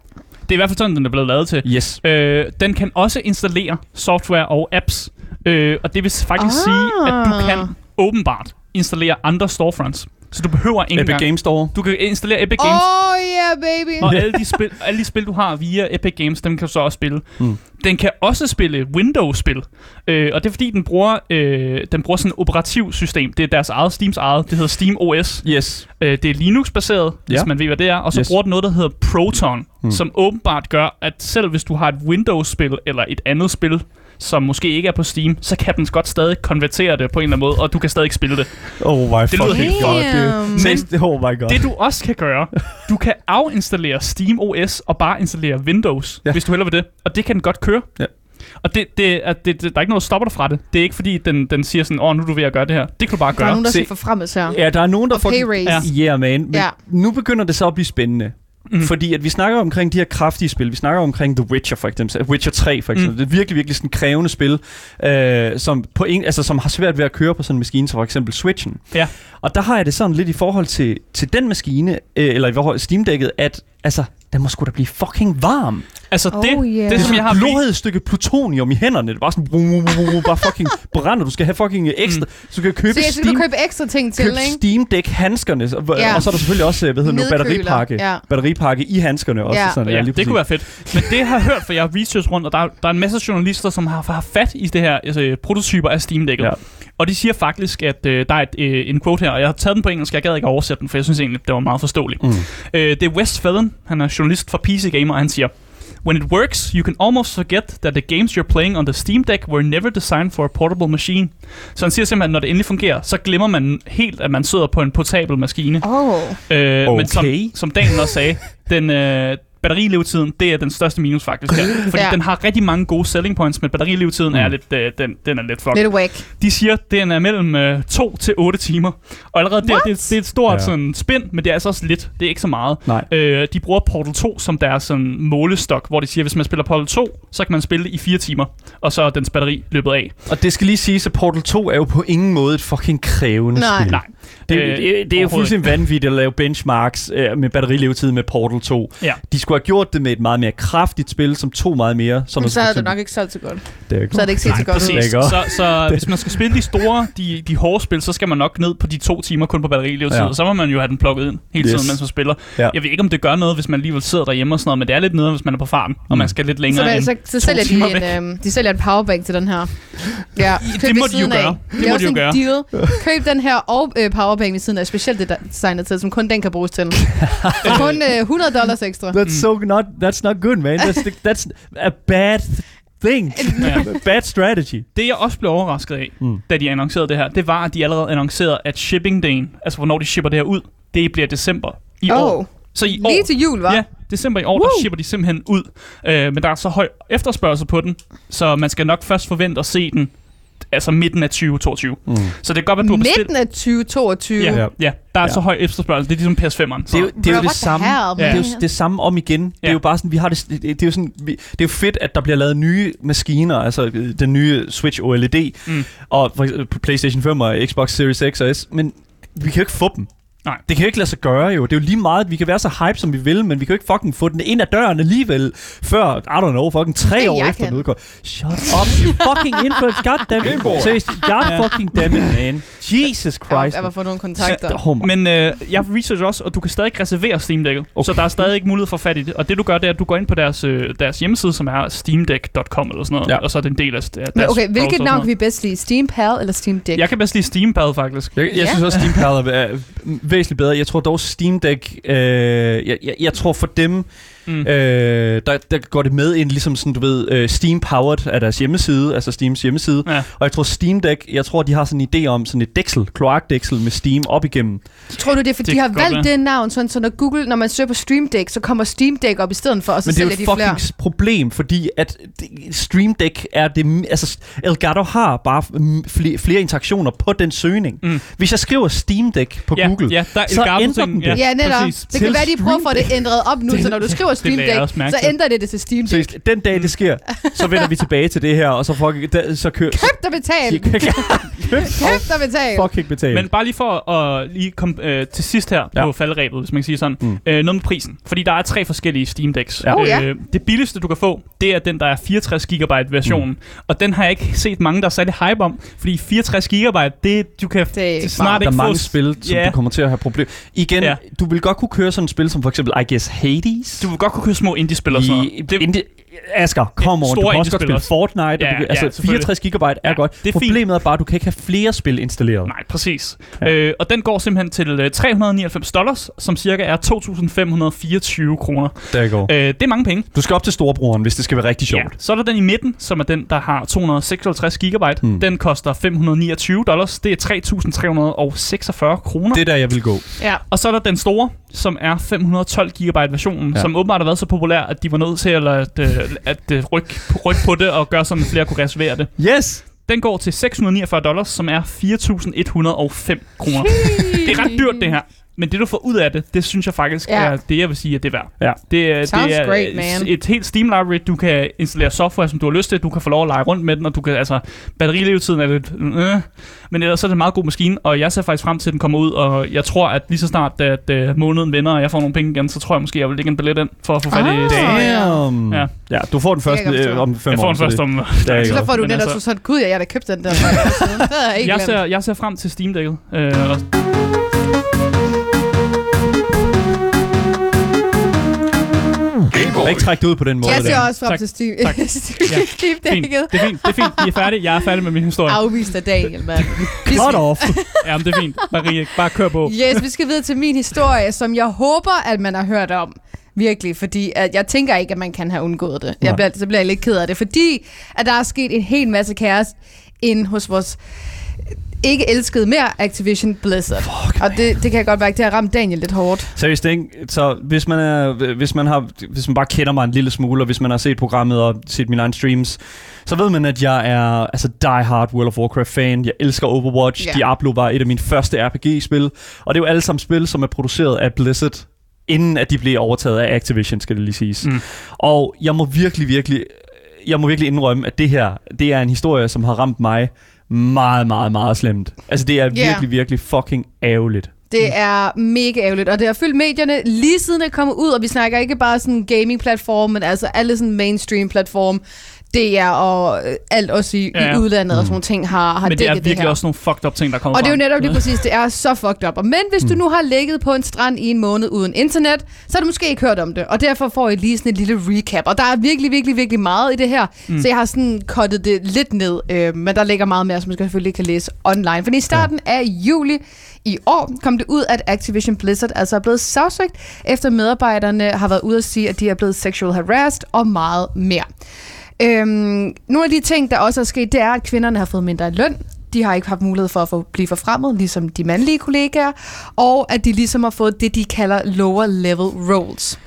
Det er i hvert fald sådan, den er blevet lavet til. Yes. Øh, den kan også installere software og apps, øh, og det vil faktisk Ah. ah. sige, at du kan åbenbart installere andre storefronts. Så du behøver ikke Epic engang... Games Store. Du kan installere Epic Games, Oh yeah, baby. og alle de, spil, alle de spil, du har via Epic Games, dem kan du så også spille. Mm. Den kan også spille Windows-spil, øh, og det er fordi, den bruger, øh, den bruger sådan et operativsystem. Det er deres eget, Steams eget. Det hedder Steam OS. Yes. Øh, det er Linux-baseret, ja. hvis Ja. man ved, hvad det er. Og så yes. Yes. bruger den noget, der hedder Proton, mm. Mm. som åbenbart gør, at selv hvis du har et Windows-spil eller et andet spil, som måske ikke er på Steam, så kan den godt stadig konvertere det på en eller anden måde, og du kan stadig spille det. Oh my lyder fucking helt- god, dude. Damn. Men, oh my god. Det du også kan gøre, du kan afinstallere Steam OS og bare installere Windows, ja. Ja. hvis du heller vil det. Og det kan den godt køre. Ja. Og det, det, er- det, det, der er ikke noget, der stopper dig fra det. Det er ikke fordi, den, den siger sådan, åh, nu er du ved at gøre det her. Det kan du bare Der er gøre. nogen, der Se. ser forfremmet her. Ja, der er nogen, der Og pay fucking... raise. Ja. Yeah, man. Men Ja. ja. nu begynder det så at blive spændende. Mm. Mm. Fordi at vi snakker omkring de her kraftige spil. Vi snakker omkring The Witcher for eksempel. Witcher 3 for Mm. eksempel. Mm. Det er virkelig, virkelig sådan krævende spil, øh, som, på en, altså, som har svært ved at køre på sådan en maskine, som for eksempel Switchen. Ja. Og der har jeg det sådan lidt i forhold til, til den maskine, øh, eller i forhold til Steam-dækket, at altså, den må sgu da blive fucking varm. Altså Oh, det, yeah. det, som jeg har Blodet stykke plutonium i hænderne. Det er bare sådan, brum, brum, brum, brum, bare fucking brænder. Du skal have fucking ekstra. Mm. Så du kan købe Så jeg skal Steam du købe ekstra ting til, køb ikke? Steam Deck handskerne, og, Ja. ja. og så er der selvfølgelig også, øh, hvad hedder det nu, Nedkøler, batteripakke, ja. ja. batteripakke i handskerne også. Ja. Ja. Sådan, Ja, lige det kunne præcis. være fedt. Men det jeg har hørt, for jeg har research rundt, og der, er- der er en masse journalister, som har, har fat i det her altså, prototyper af Steam-dækket. Ja. Ja. Og de siger faktisk, at øh, der er et, øh, en quote her, og jeg har taget den på engelsk, jeg gad ikke oversætte den, for jeg synes egentlig, det var meget forståeligt. Mm. Øh, det er Wes Fallon, han er journalist for PC Gamer, og han siger, When it works, you can almost forget that the games you're playing on the Steam Deck were never designed for a portable machine. Så han siger simpelthen, at når det endelig fungerer, så glemmer man helt, at man sidder på en portabel maskine. Oh. Øh, okay. Men som, Okay. som Daniel også sagde, den øh, batterilevetiden, det er den største minus faktisk her. Fordi Ja. ja. den har rigtig mange gode selling points, men batterilevetiden mm. er Mm. lidt, øh, den, den er lidt fucked. Lidt whack. De siger, den er mellem øh, 2 til 8 timer. Og allerede der, det, det er et stort ja. Ja. sådan, spind, men det er altså også lidt. Det er ikke så meget. Nej. Øh, de bruger Portal 2 som deres sådan, målestok, hvor de siger, at hvis man spiller Portal 2, så kan man spille det i 4 timer, og så er dens batteri løbet af. Og det skal lige siges, at Portal 2 er jo på ingen måde et fucking krævende Nej. spil. Nej. Det, Øh, øh, det, det er jo overhovedet fuldstændig vanvittigt at lave benchmarks øh, med batterilevetid med Portal 2. Ja. De skulle have gjort det med et meget mere kraftigt spil, som tog meget mere. Som Men er så havde det for nok ikke solgt så godt. eksempel- Det er ikke Så havde det ikke set så godt ud. Præcis. Lækker. Så, så hvis man skal spille de store, de, de hårde spil, så skal man nok ned på de to timer kun på batterilevetid, Ja. ja. så må man jo have den plukket ind hele tiden, Yes. mens man spiller. Ja. Jeg ved ikke, om det gør noget, hvis man alligevel sidder derhjemme og sådan noget, men det er lidt nederen, hvis man er på farten, og Mm. man skal lidt Så, længere der, end... så, så to sælger de, timer en, væk. øhm, de sælger en powerbank til den her. Ja, køb det ved må de jo siden af. gøre. Det er må også de jo en gøre. deal. Køb den her og øh, powerbank ved siden af, specielt det der er designet til, som kun den kan bruges til. For kun øh, 100 dollars ekstra. That's so Mm. not that's not good, man. That's that's a bad thing. Ja. Bad strategy. Det, jeg også blev overrasket af, mm. Mm. da de annoncerede det her, det var, at de allerede annoncerede, at shipping-dagen, altså hvornår de shipper det her ud, det bliver december i Åh, år. Så i år, lige til jul, hva'? Ja, december i år, Woo! der Woo! shipper de simpelthen ud. Øh, men der er så høj efterspørgsel på den, så man skal nok først forvente at se den altså midten af 2022. Mm. Så det kan godt være, du har bestilt... Midten af 2022. Ja, Ja. ja, der er ja. Ja. så høj efterspørgsel. Det er ligesom PS5'eren. Det er, jo- det er Bro, jo det what the samme. hell, det er jo man? det er samme om igen. Ja. Det Ja. er jo bare sådan, vi har det, det, det er jo sådan, vi, det er jo fedt, at der bliver lavet nye maskiner, altså øh, den nye Switch OLED, Mm. mm. og for, eksempel på PlayStation 5 og Xbox Series X og S, men vi kan jo ikke få dem. Nej. Det kan jo ikke lade sig gøre jo. Det er jo lige meget, at vi kan være så hype, som vi vil, men vi kan jo ikke fucking få den ind ad døren alligevel, før, I don't know, fucking tre Det, år jeg efter kan. den udgår. Shut up, you fucking influence. God damn it. Seriøst, God fucking damn it, man. Jesus Christ. Jeg var fået nogle kontakter. Oh my Men øh, jeg researcher også, og du kan stadig reservere Steam Deck'et, okay. så Okay. der er stadig ikke mulighed for fat i det. Og det du gør, det er, at du går ind på deres, øh, deres hjemmeside, som er steamdeck.com eller sådan noget, ja. Ja. og så er det en del af deres Men okay, hvilket browser og navn sådan kan vi bedst lide? Steam Pal eller Steam noget. Deck? Jeg kan bedst lide Steampad, faktisk. Jeg, jeg Ja. ja. synes også, Steam øh, Pal er, er væsentligt bedre. Jeg tror dog, Steam Deck... Øh, jeg, jeg, jeg tror for dem... Mm. Øh, der, der går det med ind, ligesom sådan, du ved, øh, Steam-powered af deres hjemmeside, altså Steams hjemmeside. Ja. Og jeg tror Steam Deck, jeg tror, de har sådan en idé om sådan et dæksel, kloakdæksel med Steam op igennem. Tror du, det er, fordi Det de har kan godt valgt være. det navn, sådan, så når Google, når man søger på Stream Deck, så kommer Steam Deck op i stedet for, og så Men det er jo sælger et de fucking flere. problem, fordi at det- Stream Deck er det... Altså, Elgato har bare flere, flere interaktioner på den søgning. Mm. Hvis jeg skriver Steam Deck på ja, Google, ja, der er så Elgato-tingen. ændrer den det. Ja, netop. præcis. Det kan Til være, de prøver for det ændret op nu, så når du skriver Stream lagde jeg Deck, også mærke så til. ændrer det det til Steam Deck. så den dag det sker, så vender vi tilbage til det her, og så, fucking, da, så kører... Køb dig betal! Køb dig betal! fucking betale. Men bare lige for at lige komme øh, til sidst her Ja. ja. på faldrebet, hvis man kan sige sådan. Mm. Mm. Øh, noget med prisen. Fordi der er tre forskellige Steam Decks. Øh, Ja. Oh, ja. det billigste, du kan få, det er den, der er 64 GB versionen. Mm. Og den har jeg ikke set mange, der er særlig hype om. Fordi 64 GB, det du kan det Det er det snart der er ikke mange få... spil, som Ja. du kommer til at have problemer. Igen, Ja. du vil godt kunne køre sådan et spil som for eksempel, I guess, Hades. Du vil godt kunne købe små indie-spil og sådan i, noget. det, indi- Asger, kom on, du store kan også godt indiespil spille også. Fortnite, og Ja, du kan, ja, altså selvfølgelig. 64 gigabyte er Ja, godt. det er fint. Problemet er bare, at du kan ikke have flere spil installeret. Nej, præcis. Ja. Ja. Øh, og den går simpelthen til øh, 399 dollars, som cirka er 2.524 kroner. Der går. Øh, det er mange penge. Du skal op til storebroren, hvis det skal være rigtig sjovt. Ja. Så er der den i midten, som er den, der har 256 gigabyte. Mm. Mm. Den koster 529 dollars. Det er 3.346 kroner. Det er der, jeg vil gå. Ja. Og så er der den store, som er 512 gigabyte versionen, Ja. ja. som åbenbart har været så populær, at de var nødt til at, at, øh, at øh, rykke, rykke på det og gøre sådan, at flere kunne reservere det. Yes! Den går til 649 dollars, som er 4.105 kroner. Det er ret dyrt, det her. Men det, du får ud af det, det synes jeg faktisk Ja. ja. er det, jeg vil sige, at det er værd. Ja. Det, er- Sounds det er great, man. et helt Steam library. Du kan installere software, som du har lyst til. Du kan få lov at lege rundt med den, og du kan, altså, batterilevetiden er lidt... Øh. Men ellers så er det en meget god maskine, og jeg ser faktisk frem til, at den kommer ud, og jeg tror, at lige så snart, at øh, måneden vender, og jeg får nogle penge igen, så tror jeg måske, jeg vil lægge en billet ind for at få fat i... Ah. Damn. Damn! Ja. Ja. ja, du får den Det kan jeg godt første øh, forstå. om fem Jeg år. får den så det- først om... der er ikke Så noget. der får du Men netop altså... altså- sådan, gud, ja, jeg har da købt den der. for mange år siden. Det havde jeg ikke Jeg glemt. ser, jeg ser frem til Steam Deck'et. Øh, og- Jeg kan ikke trække det ud på den måde. Jeg ser der. også frem tak. til Steam. Tak. Ja. Steam fint. Deck'et. Det er fint, det er fint. Vi er færdige. Jeg er færdig med min historie. Afvist af Daniel, mand. Cut off! Ja, men det er fint. Marie, bare kør på. Yes, vi skal videre til min historie, som jeg håber, at man har hørt om. Virkelig, fordi at jeg tænker ikke, at man kan have undgået det. Nej. Jeg bliver, så bliver jeg lidt ked af det, fordi at der er sket en hel masse kaos ind hos vores ikke elskede mere Activision Blizzard. Fuck, og det, det kan jeg godt mærke, det har ramt Daniel lidt hårdt. Seriøst, ikke? Så hvis man, er, hvis, man har, hvis man bare kender mig en lille smule, og hvis man har set programmet og set mine egne streams, så ved man, at jeg er altså, die hard World of Warcraft-fan. Jeg elsker Overwatch. Ja. Yeah. Diablo var et af mine første RPG-spil. Og det er jo alle sammen spil, som er produceret af Blizzard, inden at de blev overtaget af Activision, skal det lige siges. Mm. Mm. Og jeg må virkelig, virkelig jeg må virkelig indrømme, at det her, det er en historie, som har ramt mig meget, meget, meget slemt. Altså, det er yeah. virkelig, virkelig fucking ærgerligt. Mm. Det er mega ærgerligt, og det har fyldt medierne lige siden det kom ud, og vi snakker ikke bare sådan gaming-platform, men altså alle sådan mainstream-platform, DR og øh, alt også i, ja. Ja. Mm. i udlandet og sådan nogle ting har, har Men det dækket er det virkelig her. også nogle fucked up ting, der kommer Og det er jo frem. Mm. Hmm. netop lige præcis, det er så fucked up. Og Men hvis du nu har ligget på en strand i en måned uden internet, så har du måske ikke hørt om det. Og derfor får I lige sådan et lille recap. Og der er virkelig, virkelig, virkelig meget i det her. Hmm. Mm. Så jeg har sådan kottet det lidt ned. Øh, men der ligger meget mere, som man selvfølgelig kan læse online. For i starten af juli i år kom det ud, at Activision Blizzard altså er blevet sagsøgt, efter medarbejderne har været ude at sige, at de er blevet sexual harassed og meget mere. Øhm, nogle af de ting, der også er sket, det er, at kvinderne har fået mindre i løn. De har ikke haft mulighed for at få, blive forfremmet, ligesom de mandlige kollegaer, og at de ligesom har fået det, de kalder lower level roles.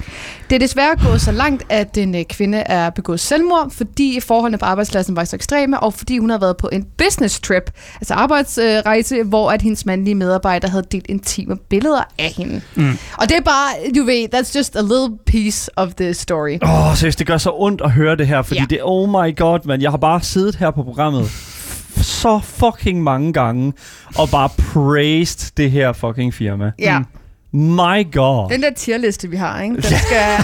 Det er desværre gået så langt, at en øh, kvinde er begået selvmord, fordi forholdene på arbejdspladsen var så ekstreme, og fordi hun har været på en business trip, altså arbejdsrejse, hvor at hendes mandlige medarbejder havde delt intime billeder af hende. Mm. Og det er bare, du ved, that's just a little piece of the story. Åh, oh, seriøst, det gør så ondt at høre det her, fordi Ja. ja. det oh my god, man. Jeg har bare siddet her på programmet f- så fucking mange gange og bare praised det her fucking firma. Ja. Mm. My god. Den der tierliste, vi har, ikke? Den skal,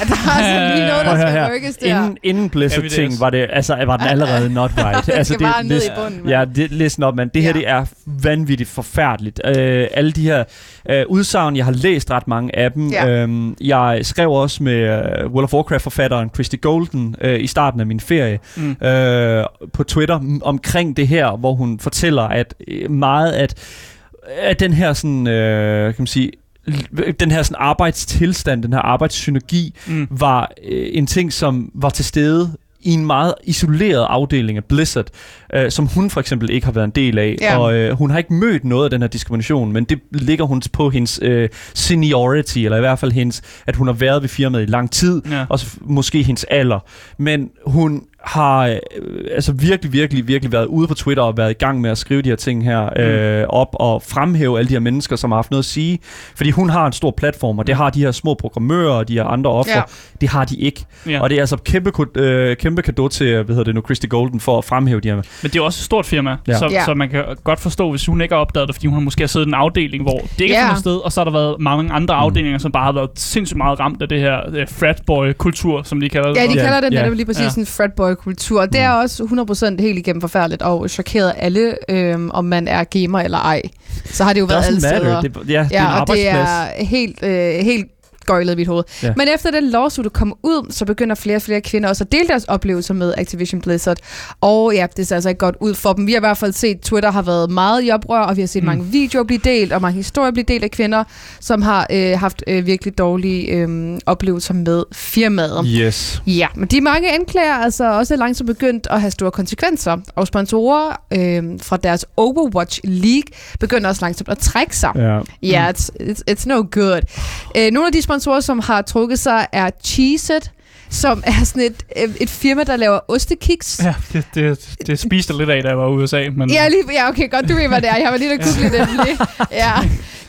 der er sådan lige noget, Prøv der at høre skal her. rykkes der. Inden, inden Blizzard-ting Evidence. var, det, altså, var den allerede not right. Den altså, skal bare ned listen- i bunden. mand. Ja, det, listen op, mand. Det her, Ja. det er vanvittigt forfærdeligt. Øh, alle de her øh, udsagn, jeg har læst ret mange af dem. Ja. Øhm, jeg skrev også med øh, World of Warcraft-forfatteren Christy Golden øh, i starten af min ferie mm. Mm. øh, på Twitter m- omkring det her, hvor hun fortæller, at øh, meget at, at den her sådan, øh, kan man sige, den her sådan arbejdstilstand, den her arbejdssynergi, Mm. var øh, en ting, som var til stede i en meget isoleret afdeling af Blizzard, øh, som hun for eksempel ikke har været en del af. Ja. Og øh, hun har ikke mødt noget af den her diskrimination, men det ligger hun på hendes øh, seniority, eller i hvert fald hendes, at hun har været ved firmaet i lang tid, Ja. og så f- måske hendes alder. Men hun har øh, altså virkelig, virkelig, virkelig været ude på Twitter og været i gang med at skrive de her ting her Mm. øh, op og fremhæve alle de her mennesker, som har haft noget at sige. Fordi hun har en stor platform, og det har de her små programmører og de her andre ofre. Mm. Ja. Ja. Det har de ikke. Ja. Ja. Og det er altså kæmpe, ku- øh, kæmpe kado til, hvad hedder det nu, Christy Golden for at fremhæve de her. Men det er jo også et stort firma, ja. Ja. Så, Ja. så man kan godt forstå, hvis hun ikke har opdaget det, fordi hun måske har siddet i en afdeling, hvor det ikke Ja. er fundet sted, og så har der været mange andre Mm. afdelinger, som bare har været sindssygt meget ramt af det her uh, fratboy-kultur, som de kalder det. Ja, de Ja, kalder den ja, Mm. netop lige ja. præcis en fratboy-kultur. Det er også 100% helt igennem forfærdeligt og chokerer alle, øhm, om man er gamer eller ej. Så har det jo været alle steder. Det, ja, det er en Ja, og det arbejdsplads. er helt, øh, helt gøjlet i mit hoved. Ja. Ja. Men efter den lawsuit kom ud, så begynder flere og flere kvinder også at dele deres oplevelser med Activision Blizzard. Og ja, det ser altså ikke godt ud for dem. Vi har i hvert fald set, Twitter har været meget i oprør, og vi har set Mm. mm. mange videoer blive delt, og mange historier blive delt af kvinder, som har øh, haft øh, virkelig dårlige øh, oplevelser med firmaet. Yes. Ja, men de mange anklager er altså også langsomt begyndt at have store konsekvenser, og sponsorer øh, fra deres Overwatch League begynder også langsomt at trække sig. Ja. Ja, yeah, it's, it's, it's no good. Øh, nogle af de sponsorer, som har trukket sig, er Cheez-It, som er sådan et, øh, et firma, der laver ostekiks. Ja, det, det, det spiste jeg lidt af, da jeg var i USA. Men, mm. Ja, lige, ja, okay, godt, du ved, hvad det er. Jeg var lige der google det. lige. Ja.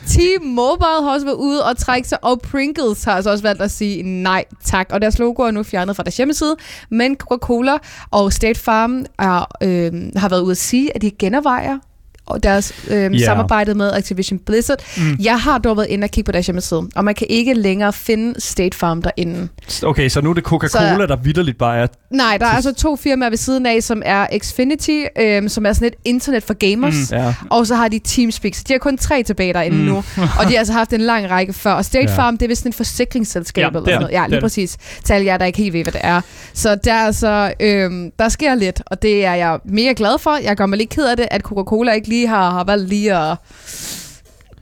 T-Mobile har også været ude og trække sig, og Pringles har altså også valgt at sige nej tak. Og deres logo er nu fjernet fra deres hjemmeside, men Coca-Cola og State Farm er, øh, har været ude at sige, at de genovervejer og deres øh, yeah. samarbejde med Activision Blizzard. Mm. Mm. Jeg har dog været inde og kigge på deres hjemmeside, og man kan ikke længere finde State Farm derinde. Okay, så nu er det Coca-Cola, Så- der vidderligt bare er... Nej, der er altså to firmaer ved siden af, som er Xfinity, øh, som er sådan et internet for gamers. Mm. Mm. Ja. Og så har de Teamspeak, så de har kun tre tilbage derinde Mm. mm. nu. Og de har altså haft en lang række før. Og State Ja. ja. Farm, det er vist en forsikringsselskab Ja, eller det er sådan noget. det. Ja, Det er lige det. præcis. Til alle jer, der ikke helt ved, hvad det er. Så der, er altså, øhm, der sker lidt, og det er jeg mega glad for. Jeg gør mig lidt ked af det, at Coca-Cola ikke lige har, har valgt lige at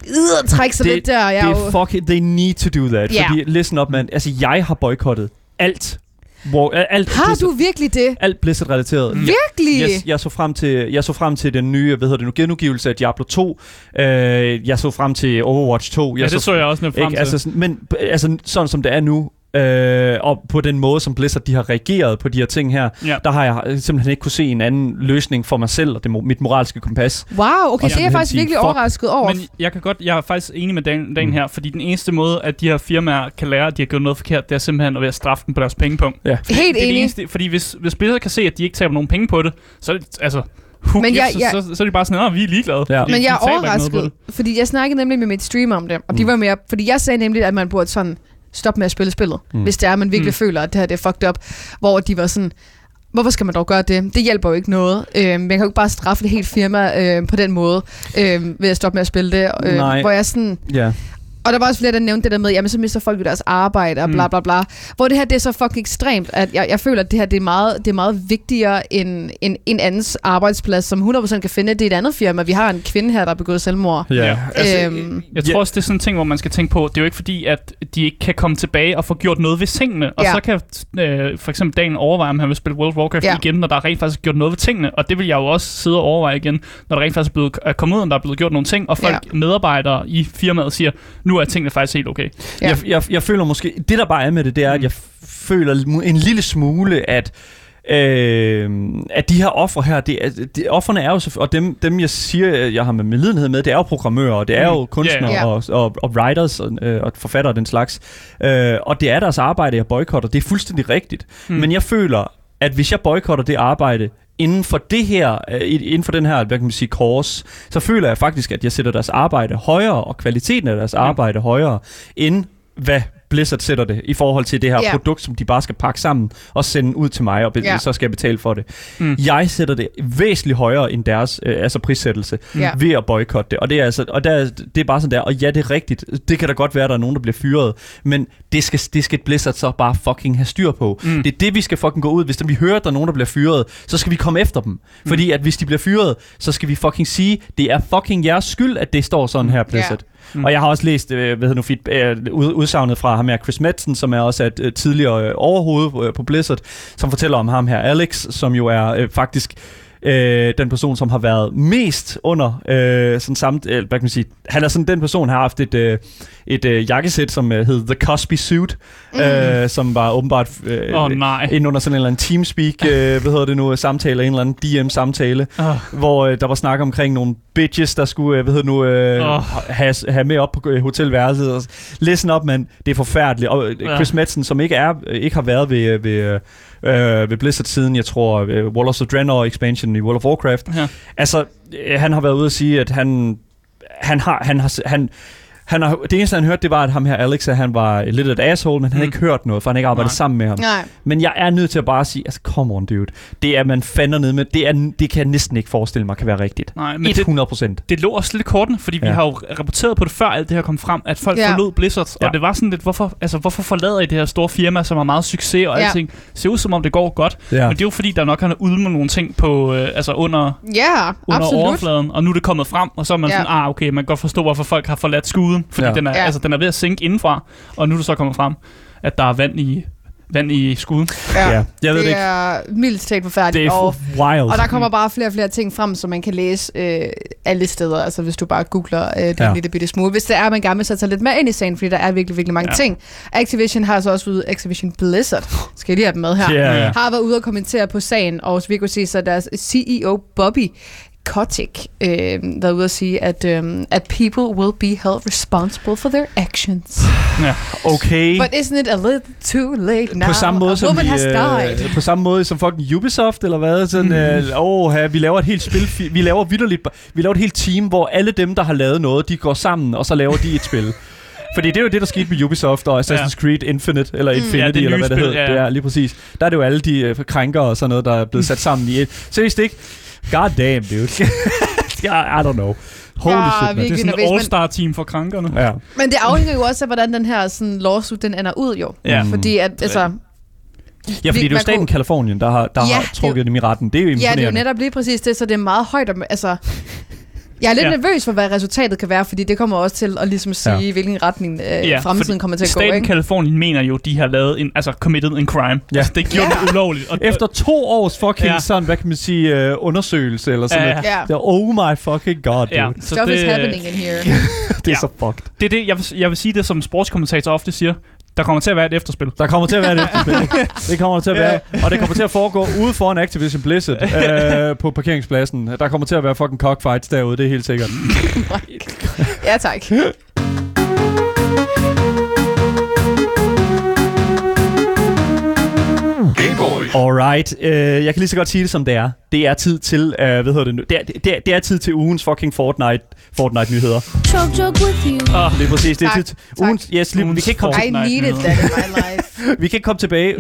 øh, trække sig Det- lidt der. Jeg Det er er jo- fucking... They need to do that. Ja. Fordi, listen up, man. Altså, jeg har boykottet alt. Wow, alt har Blizzard- du virkelig det? Alt Blizzard-relateret. Mm. Virkelig? Jeg, jeg, så frem til, jeg så frem til den nye, hvad hedder det nu, genudgivelse af Diablo 2. Øh, jeg så frem til Overwatch 2. Jeg ja, det så jeg også lidt frem Ikke? til. Altså, sådan, men b- altså, sådan som det er nu, øh, og på den måde, som Blizzard de har reageret på de her ting her, Ja. der har jeg øh, simpelthen ikke kunne se en anden løsning for mig selv og det, mo- mit moralske kompas. Wow, okay, Og det er simpelthen jeg faktisk sige, virkelig fuck. overrasket over. Men jeg kan godt, jeg er faktisk enig med Dan, Dan Mm. her, fordi den eneste måde, at de her firmaer kan lære, at de har gjort noget forkert, det er simpelthen at være straffe dem på deres pengepunkt. Helt det er det enig. eneste, fordi hvis, hvis Blizzard kan se, at de ikke taber nogen penge på det, så er det, altså, who Men gives, jeg- jeg- så, så, så, er de bare sådan, at vi er ligeglade. Ja. De- Men jeg er de taber ikke noget på overrasket, det. fordi jeg snakkede nemlig med mit stream om det, og de Mm. var mere, fordi jeg sagde nemlig, at man burde sådan stoppe med at spille spillet, Mm. mm. hvis det er, at man virkelig Mm. mm. føler, at det her det er fucked up, hvor de var sådan, hvorfor skal man dog gøre det? Det hjælper jo ikke noget. Øh, man kan jo ikke bare straffe det helt firma øh, på den måde, øh, ved at stoppe med at spille det. Øh, Nej. hvor jeg sådan, Ja. og der var også flere, der nævnte det der med, jamen så mister folk jo deres arbejde og bla Mm. bla bla. Hvor det her det er så fucking ekstremt, at jeg, jeg føler, at det her det er, meget, det er meget vigtigere end, end en andens arbejdsplads, som 100% kan finde. Det er et andet firma. Vi har en kvinde her, der har begået selvmord. Ja. Altså, Øhm. Jeg tror også, det er sådan en ting, hvor man skal tænke på, det er jo ikke fordi, at de ikke kan komme tilbage og få gjort noget ved tingene. Og Ja. så kan øh, for eksempel Dan overveje, om han vil spille World of Warcraft ja. Ja. igen, når der rent faktisk er gjort noget ved tingene. Og det vil jeg jo også sidde og overveje igen, når der rent faktisk er blevet er kommet ud, og der er blevet gjort nogle ting, og folk, ja. medarbejdere i firmaet siger, nu er tingene faktisk helt okay. Ja. Ja. Mm. Jeg, jeg, jeg føler måske, det der bare er med det, det er, at jeg føler mu- en lille smule, at Øh, at de her ofre her, det er, de, offerne er jo så, og dem, dem jeg siger, jeg har med medlidenhed med, det er jo programmører, og det er jo Mm. kunstnere Ja, ja. Og, og, og writers og, øh, og forfattere og den slags. Øh, og det er deres arbejde, jeg boykotter. Det er fuldstændig rigtigt. Mm. Mm. Hmm. Men jeg føler, at hvis jeg boykotter det arbejde inden for det her, øh, i- inden for den her, hvad kan man sige, course, så føler jeg faktisk, at jeg sætter deres arbejde højere, og kvaliteten af deres Hmm. arbejde højere, end hvad Blizzard sætter det i forhold til det her Ja. produkt, som de bare skal pakke sammen og sende ud til mig, og be- Ja. så skal jeg betale for det. Mm. Mm. Jeg sætter det væsentligt højere end deres øh, altså prissættelse Ja. ved at boykotte det. Og, det er, altså, og der, er- det er bare sådan der, og ja, det er rigtigt. Det kan da godt være, at der er nogen, der bliver fyret, men det skal, det skal Blizzard så bare fucking have styr på. Mm. Mm. Det er det, vi skal fucking gå ud. Hvis vi hører, at der er nogen, der bliver fyret, så skal vi komme efter dem. Fordi at hvis de bliver fyret, så skal vi fucking sige, det er fucking jeres skyld, at det står sådan her, Blizzard. Mm. Og jeg har også læst øh, hvad hedder det nu, feed, øh, ud- udsagnet fra ham her, Chris Madsen, som er også et øh, tidligere øh, overhoved øh, på Blizzard, som fortæller om ham her, Alex, som jo er øh, faktisk øh, den person, som har været mest under øh, sådan samt, øh, hvad kan man sige, han er sådan den person, har haft et, øh, et øh, jakkesæt, som øh, hed The Cosby Suit, mm. øh, som var åbenbart øh, Åh oh, nej. ind under sådan en eller anden Teamspeak, øh, hvad hedder det nu, samtale, en eller anden DM-samtale, Oh, hvor øh, der var snak omkring nogle bitches, der skulle, øh, hvad hedder det nu, øh, Åh. oh. have, have med op på øh, hotelværelset. Og s- Listen op, mand. Det er forfærdeligt. Og øh, Ja. Chris Madsen, som ikke, er, øh, ikke har været ved, øh, ved, øh, øh, ved Blizzard siden, jeg tror, øh, Wall of Draenor expansion i World of Warcraft. Ja. Altså, øh, han har været ude at sige, at han, han har... Han har s- han, han har, det eneste, han hørte, det var, at ham her, Alex, at han var lidt et asshole, men han havde Mm. ikke hørt noget, for han har ikke arbejdet Nej. sammen med ham. Nej. Men jeg er nødt til at bare sige, altså come on dude, det er man fandme nede med, det, er, det kan jeg næsten ikke forestille mig kan være rigtigt. nej, men det, 100 procent. det lå også lidt i kortene, fordi ja. vi Ja. har jo rapporteret på det før, alt det her kom frem, at folk Ja. ja. forlod Blizzard, ja. Ja. og det var sådan lidt, hvorfor, altså, hvorfor forlader I det her store firma, som har meget succes og Ja. ja. alting? Ser ud som om det går godt, ja. men det er jo fordi, der nok har udmeldt nogle ting på, øh, altså under, Ja, under absolut. overfladen, og nu er det kommet frem, og så er man Ja. ja. sådan, ah okay, man kan godt forstå, hvorfor folk har forladt skuden, fordi Ja. ja. den, er, Ja. ja. altså, den er ved at sinke indenfra, og nu er det så kommet frem, at der er vand i, vand i skuden. Ja. ja. Jeg ved det, Det ikke. er mildt talt forfærdeligt. Det er og, f- wild. og der kommer bare flere og flere ting frem, som man kan læse øh, alle steder, altså hvis du bare googler øh, det Ja. ja. lille bitte smule. Hvis det er, at man gerne vil sætte sig lidt mere ind i sagen, fordi der er virkelig, virkelig mange Ja. ja. ting. Activision har så også ude, Activision Blizzard, skal jeg lige have dem med her, Ja, ja. har været ude og kommentere på sagen, og vi kunne se, så deres CEO Bobby Kotick øh, været ude og sige, at, øh, at people will be held responsible for their actions. Okay. But isn't it a little too late now? På samme, A måde, som woman has vi, died. øh, på samme måde som fucking Ubisoft eller hvad sådan øh, åh her vi laver et helt spil fi- vi laver vitterligt ba- vi laver et helt team hvor alle dem der har lavet noget de går sammen og så laver de et spil fordi det er jo det der skete med Ubisoft og Assassin's Ja. Creed Infinite eller Ja, Infinity det eller nye hvad det spil, hedder ja, det ja. er lige præcis der er det jo alle de øh, krænker og sådan noget der er blevet sat sammen i et seriøst ikke god damn dude I don't know holy Jeg er shit man. virkelig Det er sådan nervøs, et men- all-star-team for krankerne. Ja. Men det afhænger jo også af, hvordan den her sådan, lawsuit den ender ud, jo. Ja. Mm. Fordi at, altså, ja, fordi det er jo man staten kunne- Kalifornien, der har, der Ja, ja, har det- trukket dem i retten. Det er jo ja, det er jo imponerende. netop lige præcis det, så det er meget højt om, altså... Jeg er lidt ja. Ja. nervøs for, hvad resultatet kan være, fordi det kommer også til at ligesom sige, ja. hvilken retning øh, ja, fremtiden fordi kommer til at gå, Staten ikke? Kalifornien mener jo, de har lavet en, altså committed en crime. Ja. Ja. Altså, det gjorde Ja. ja. det ulovligt. Og Efter to års fucking ja. Ja. sådan, hvad kan man sige, øh, undersøgelse eller sådan Ja, noget. Ja. Det er, oh my fucking god, dude. ja, Ja. så Stuff det, is happening in here. Det er Ja. så fucked. Det er det, jeg vil, jeg vil sige det, som sportskommentator ofte siger. Der kommer til at være et efterspil. Der kommer til at være det. Det kommer til at være. Og det kommer til at foregå ude foran Activision Blizzard øh, på parkeringspladsen. Der kommer til at være fucking cockfights derude, det er helt sikkert. ja, tak. Alright, øh, jeg kan lige så godt sige det som det er. Det er tid til, øh, hvad hedder det nu? Det er, det, er, det er tid til ugens fucking Fortnite, Fortnite nyheder. Chug chug with you. Lige præcis, det er Tak, tid. til- Ugens, yes, lige, vi Ugens kan ikke komme I needed Fortnite-nyheder. that in my life. Vi kan ikke komme tilbage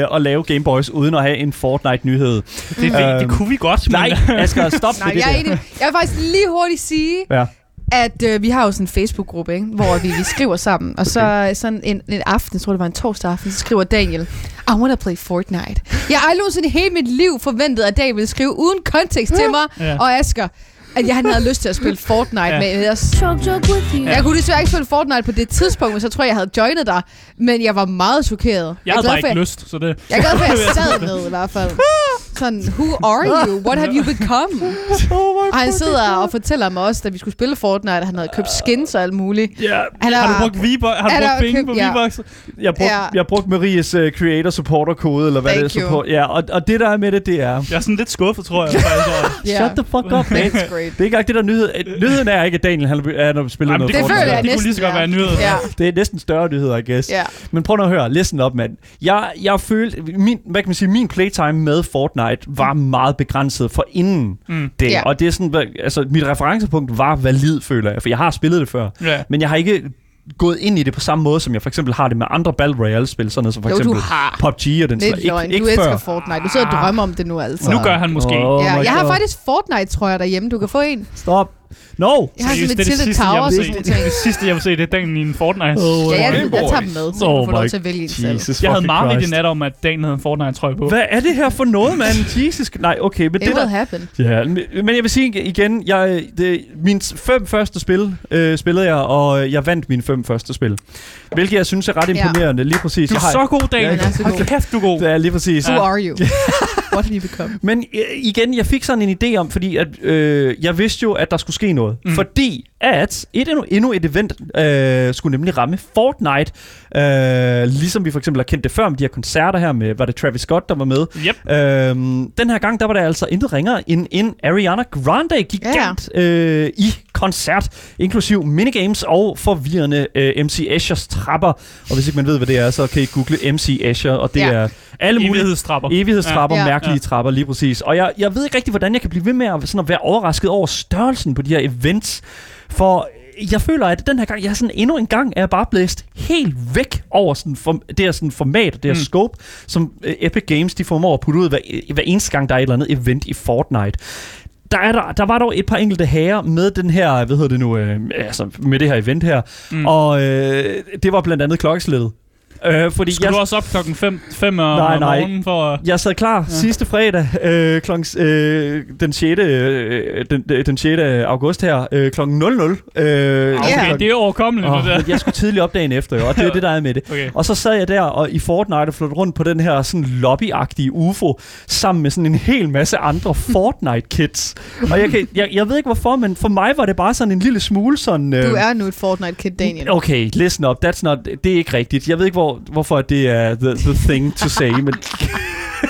øh, og lave Game Boys uden at have en Fortnite-nyhed. Det, det, det Øhm, kunne vi godt, men Nej, Asger, stop Nej, med det jeg er der. enig. Jeg vil faktisk lige hurtigt sige, Ja. at øh, vi har jo sådan en Facebook-gruppe, ikke? hvor vi, vi skriver sammen. Og så sådan en, en aften, jeg tror det var en torsdag aften, så skriver Daniel, I wanna play Fortnite. Jeg har aldrig nogensinde i hele mit liv forventet, at Daniel ville skrive uden kontekst til mig Ja. og Asger, at jeg han havde lyst til at spille Fortnite Ja. med os. Chug chug with you. Jeg kunne desværre ikke spille Fortnite på det tidspunkt, men så tror jeg, jeg havde joinet dig. Men jeg var meget chokeret. jeg er havde glad bare for, ikke lyst, så det... Jeg er glad for, at jeg sad ned i hvert fald. Sådan, who are you? What have you become? Oh Og han sidder og fortæller mig også, da vi skulle spille Fortnite, at han havde købt skins og alt muligt. Ja, Han er- Øh. har du brugt, V-Bucks? har du Han er brugt penge på købt- ja. V-Bucks? Jeg brugte, Ja. ja. jeg brugte Maries uh, creator supporter kode, eller hvad Thank det er. you. Support. Ja, og, og det der er med det, det er... Jeg er sådan lidt skuffet, tror jeg. Faktisk, over det. Ja. Shut the fuck up, man. That's great. Det er ikke engang det, der er nyhed. øh, Nyheden er ikke, at Daniel han, han har spillet Ej, men noget det Det Fortnite. føler jeg Det næsten. kunne lige så godt ja. være en nyhed. Ja. Det er næsten større nyheder, I guess. ja. Men prøv nu at høre, listen op, mand. Jeg, jeg følte, min, hvad kan man sige, min playtime med Fortnite var meget begrænset for inden Mm. det. Ja. Yeah. Og det er sådan, hvad- altså, mit referencepunkt var valid, føler jeg, for jeg har spillet det før. Ja. Men jeg har ikke gået ind i det på samme måde, som jeg for eksempel har det med andre Battle Royale-spil, sådan noget som for Jo, eksempel du har. PUBG og den Lidt slags. løgn. Ikke, Du ikke elsker før. Fortnite. Du sidder og drømmer om det nu, altså. Ah. Nu gør han måske. Oh ja, my jeg har God. faktisk Fortnite, tror jeg, derhjemme. Du kan få en. Stop. Nå! Jeg har sådan Seriøst, lidt det er Tilted sidste, jeg Tower og vil sådan se. nogle Det ting. er det sidste, jeg vil se, det er dagen i en Fortnite. Oh, Ja, jeg, jeg tager Boys. dem med, så oh Oh du får lov my til at vælge en selv. Jesus Jeg havde fucking meget i Christ. nat om, at dagen havde en Fortnite-trøje på. Hvad er det her for noget, mand? Jesus. Nej, okay, men It det der... will happen. Ja, men men jeg vil sige igen, jeg, det, mine fem første spil øh, spillede jeg, og jeg vandt mine fem første spil. Hvilket jeg synes er ret Ja. imponerende, lige præcis. Du jeg er så god, Ja, Daniel. den er så Hold god. kæft, du er god. Det er lige præcis. Who Ja. are you? What have you become? Men øh, igen, jeg fik sådan en idé om, fordi at, øh, jeg vidste jo, at der skulle ske noget. Mm. Mm. Fordi at et, endnu, endnu et event øh, skulle nemlig ramme Fortnite. Øh, ligesom vi for eksempel har kendt det før med de her koncerter her med, var det Travis Scott, der var med. Yep. Øhm, den her gang, der var der altså intet ringere end en Ariana Grande gigant øh, i koncert, inklusiv minigames og forvirrende øh, MC Ashers trapper. Og hvis ikke man ved, hvad det er, så kan I google MC Asher, og det Ja. ja. er alle mulige Evighedstrapper. evighedstrapper, Ja. ja. Ja. mærkelige Ja. ja. trapper, lige præcis. Og jeg, jeg ved ikke rigtig, hvordan jeg kan blive ved med at, sådan at være overrasket over størrelsen på de her events, for jeg føler, at den her gang, jeg er sådan endnu en gang, er jeg bare blæst helt væk over sådan form, det her sådan format, det her Mm. mm. scope, som øh, Epic Games de formår at putte ud hver, hver eneste gang, der er et eller andet event i Fortnite. Der, er der, der var dog et par enkelte herrer med den her, hvad hedder det nu, øh, altså med det her event her, Mm. mm. og øh, det var blandt andet klokkeslædet. Øh, fordi Skal jeg, du også op klokken 5 fem om Nej, nej. morgenen for at... jeg sad klar Ja. ja. sidste fredag, øh, klonks, øh, den, 6., øh, den, den 6. august her, øh, kl. 00. Øh, Ah, Okay, det er overkommeligt, det oh, der. men jeg skulle tidligt op dagen efter, jo, og det er det, der er med det. Okay. Og så sad jeg der og i Fortnite og flyttede rundt på den her sådan lobbyagtige UFO, sammen med sådan en hel masse andre Fortnite-kids. Og jeg, kan, jeg, jeg ved ikke hvorfor, men for mig var det bare sådan en lille smule sådan... Øh, Du er nu et Fortnite-kid, Daniel. Okay, listen up. That's not, det er ikke rigtigt. Jeg ved ikke, hvor, hvorfor det er the, the thing to say, men...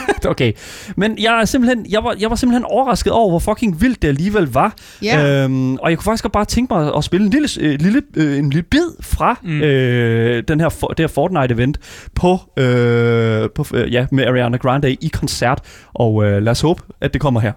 okay. Men jeg, er simpelthen, jeg, var, jeg var simpelthen overrasket over, hvor fucking vildt det alligevel var. Ja, Øhm, og jeg kunne faktisk godt bare tænke mig at spille en lille, øh, lille, øh, en lille bid fra Mm. mm. øh, den her, for, det her Fortnite-event på, øh, på, øh, ja, med Ariana Grande i koncert. Og øh, lad os håbe, at det kommer her.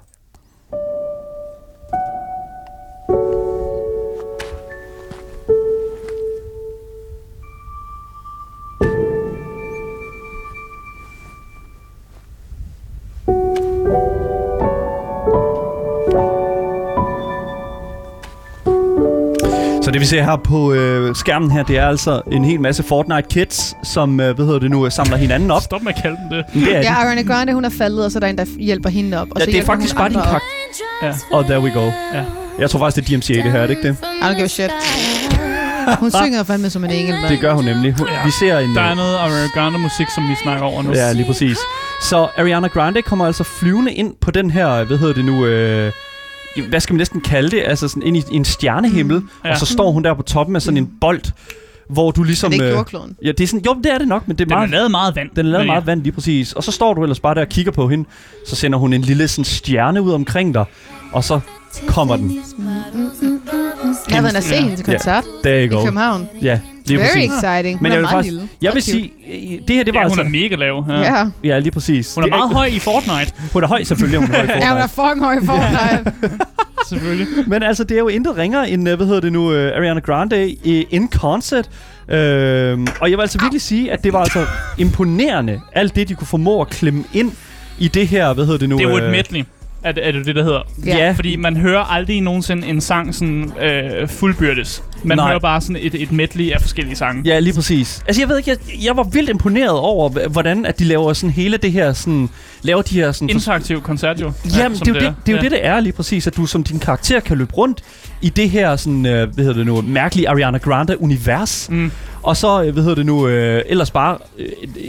Så det vi ser her på øh, skærmen her, det er altså en hel masse Fortnite kids, som øh, hvad hedder det nu, øh, samler hinanden op. Stop med at kalde dem det. Men Det er ja de. Ariana Grande, hun er faldet, og så er der en, der hjælper hende op. Og Ja, så det er hjælper faktisk hun bare din andre op. kak. Og Oh, there we go. Ja. Jeg tror faktisk, det er DMCA det her, er det ikke det? I don't give a shit. Hun synger fandme som en engel, mand. Det gør hun nemlig. Hun, vi ser en... øh, Der er noget Americana-musik, som vi snakker over nu. Ja, lige præcis. Så Ariana Grande kommer altså flyvende ind på den her, hvad hedder det nu, øh, hvad skal man næsten kalde det, altså sådan ind i en stjernehimmel, Mm, Ja. ja. og så står hun der på toppen af sådan en bold, hvor du Som, ligesom... det er ikke øh, jordkloden. ja, det er sådan, jo, det er det nok, men det er Den er meget... lavet meget vand. Den er lavet Men ja. ja. meget vand lige præcis. Og så står du ellers bare der og kigger på hende. Så sender hun en lille sådan stjerne ud omkring dig. Og så kommer den. Jeg har været inde og se Ja. hende til koncert There you i go. København. Ja, lige Very præcis. exciting. Hun Men er jeg vil meget faktisk, lille. jeg vil Og cute. sige, øh, det her, det var Ja, hun altså... er mega lav. Ja. Ja. Ja, lige præcis. Hun er Det meget høj i Fortnite, Hun er høj, selvfølgelig. Hun er høj i Ja, hun forvejen. er fucking høj for dig. selvfølgelig. Men altså, det er jo intet ringere end, øh, hvad hedder det nu, øh, Ariana Grande i In Concert. Øhm, og jeg vil altså virkelig sige, at det var altså imponerende, alt det, de kunne formå at klemme ind i det her, hvad hedder det nu? Det er jo et øh, medley. Er det, er det jo det, der hedder? Ja. Ja, Fordi man hører aldrig nogensinde en sang sådan øh, fuldbyrdes. Man Nej. hører bare sådan et, et medley af forskellige sange. Ja, lige præcis. Altså, jeg ved ikke, jeg, jeg var vildt imponeret over, h- hvordan at de laver sådan hele det her, sådan, laver de her sådan... Interaktiv koncert jo. Jamen, som det er, jo det, det, er Ja. jo det, det er lige præcis, at du som din karakter kan løbe rundt i det her sådan, øh, hvad hedder det nu, mærkelige Ariana Grande-univers. Mm. Og så, øh, hvad hedder det nu, øh, ellers bare, øh,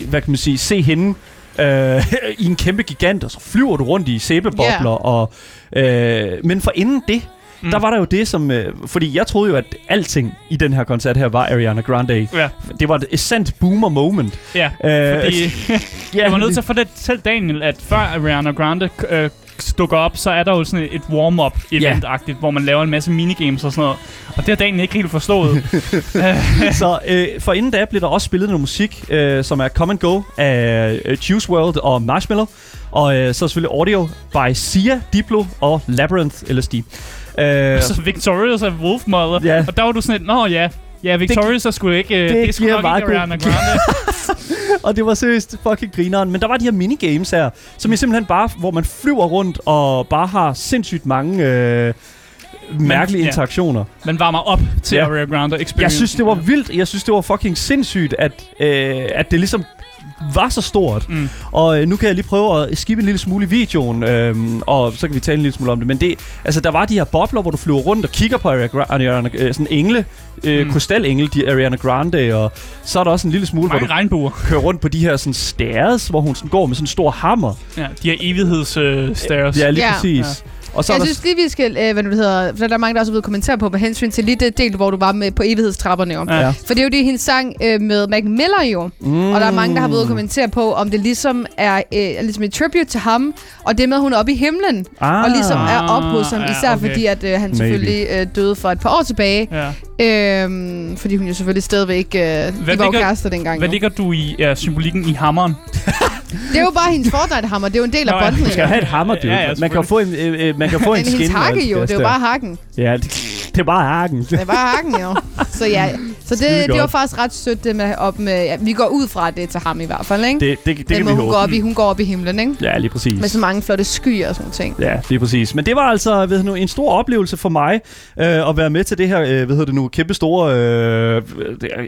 hvad kan man sige, se hende øh, i en kæmpe gigant, og så flyver du rundt i sæbebobler. Ja. Og, øh, men for inden det, mm. der var der jo det, som... Øh, fordi jeg troede jo, at alting i den her koncert her var Ariana Grande. Ja. Det var et essent boomer moment. ja. Øh, Fordi ja, jeg var nødt til at fortælle selv Daniel, at før Ariana Grande øh, dukker op, så er der jo sådan et warm-up event-agtigt, hvor man laver en masse minigames og sådan noget. Og det har Daniel ikke helt forstået. Så øh, for inden da blev der også spillet noget musik, øh, som er Come and Go af øh, Juice WRLD og Marshmallow. Og øh, så selvfølgelig audio by Sia, Diplo og Labyrinth LSD. Øh, så Victorious er Wolfmother. Ja. Og der var du sådan et, nå ja, ja, Victorious er sgu ikke, øh, det det er sgu giver nok meget ikke god- Ariana Grande. og det var seriøst fucking grineren. Men der var de her minigames her, som er simpelthen bare, hvor man flyver rundt og bare har sindssygt mange... Øh, mærkelige ja. interaktioner. Man varmer op til Ja. Aria Grande Experience. Jeg synes, det var vildt. Jeg synes, det var fucking sindssygt, at, øh, at det ligesom var så stort. Mm. Og øh, nu kan jeg lige prøve at skippe en lille smule i videoen, øh, og så kan vi tale en lille smule om det. Men det, altså, der var de her bobler, hvor du flyver rundt og kigger på Ariana, Gra- Ariana øh, sådan engle, øh, Mm. mm. krystalengle, de Ariana Grande, og så er der også en lille smule, hvor Mange du regnbuer. kører rundt på de her sådan stairs, hvor hun sådan går med sådan en stor hammer. Ja, de her evigheds øh, stairs. Ja, lige Ja. ja. præcis. Ja. Og så er jeg der synes lige, vi skal, øh, hvad nu det hedder, for der er mange, der også er ved at kommentere på, med hensyn til lige det del, hvor du var med på evighedstrapperne jo. Ja. Ja. For det er jo det, hendes sang øh, med Mac Miller jo. mm, Og der er mange, der har været ude at kommentere på, om det ligesom er øh, er ligesom et tribute til ham, og det med, at hun er oppe i himlen, ah, ah, og ligesom er Ah, oppe hos ham, ja, især okay. fordi, at øh, han Maybe. selvfølgelig øh, døde for et par år tilbage. Ja. Øhm, fordi hun jo selvfølgelig stadigvæk... Øh, de var jo ligger- kærester dengang. Hvad jo. ligger du i ja, symbolikken i hammeren? Det er jo bare hendes Fortnite-hammer, det er jo en del Nå, af ja. bonden. Du skal jo have et hammer, dude. Ja, ja, man kan jo få en, øh, øh, man kan få en Men skin. hendes og alt hakke det jo, der det er jo stuff. bare hakken. Ja, det, det er bare hakken. Det er bare hakken jo. Så ja, så det, det var Skidegodt. faktisk ret sødt det med op med... Ja, vi går ud fra at det er til ham i hvert fald, ikke? Det, det, det Den kan må vi hun håbe. går op i, hun går op i himlen, ikke? Ja, lige præcis. Med så mange flotte skyer og sådan nogle ting. Ja, lige præcis. Men det var altså ved nu, en stor oplevelse for mig øh, at være med til det her, øh, hvad hedder det nu, kæmpe store øh,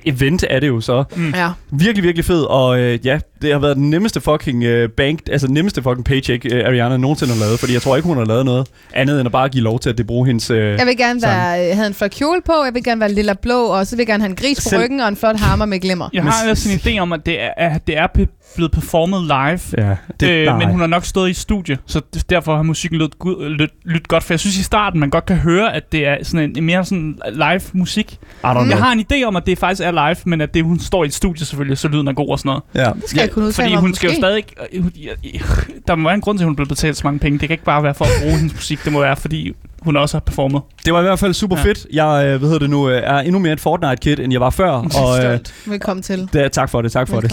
event er det jo så. Mm. Ja. Virkelig, virkelig fed, og øh, ja, det har været den nemmeste fucking øh, bank, altså den nemmeste fucking paycheck, øh, Ariana nogensinde har lavet, fordi jeg tror ikke, hun har lavet noget andet end at bare give lov til, at det bruger hendes... Øh, Jeg vil gerne være, have en flot kjole på, jeg vil gerne være lilla blå, og så vil jeg gerne have en gris på Selv- ryggen og en flot hammer med glimmer. Jeg Men- har ellers en idé om, at det er, at det er pe- blevet performet live. ja, Det, øh, nej. men hun har nok stået i studie, så d- derfor har musikken lyttet gu- lyt, lyt godt. For jeg synes i starten, man godt kan høre, at det er sådan en, en mere sådan live musik. I don't Mm. know. Jeg har en idé om, at det faktisk er live, men at det, hun står i et studie selvfølgelig, så lyden er god og sådan noget. Ja. Det skal jeg kunne udtale Fordi mig om, hun skal jo måske. stadig... øh, hun- ja, ja, Der må være en grund til, at hun blev betalt så mange penge. Det kan ikke bare være for at bruge hendes musik. Det må være, fordi hun også har performet. Det var i hvert fald super Ja. ja. fedt. Jeg øh, hvad hedder det nu, øh, er endnu mere et Fortnite-kid, end jeg var før. Og, øh, Velkommen til. da, tak for det, tak for det.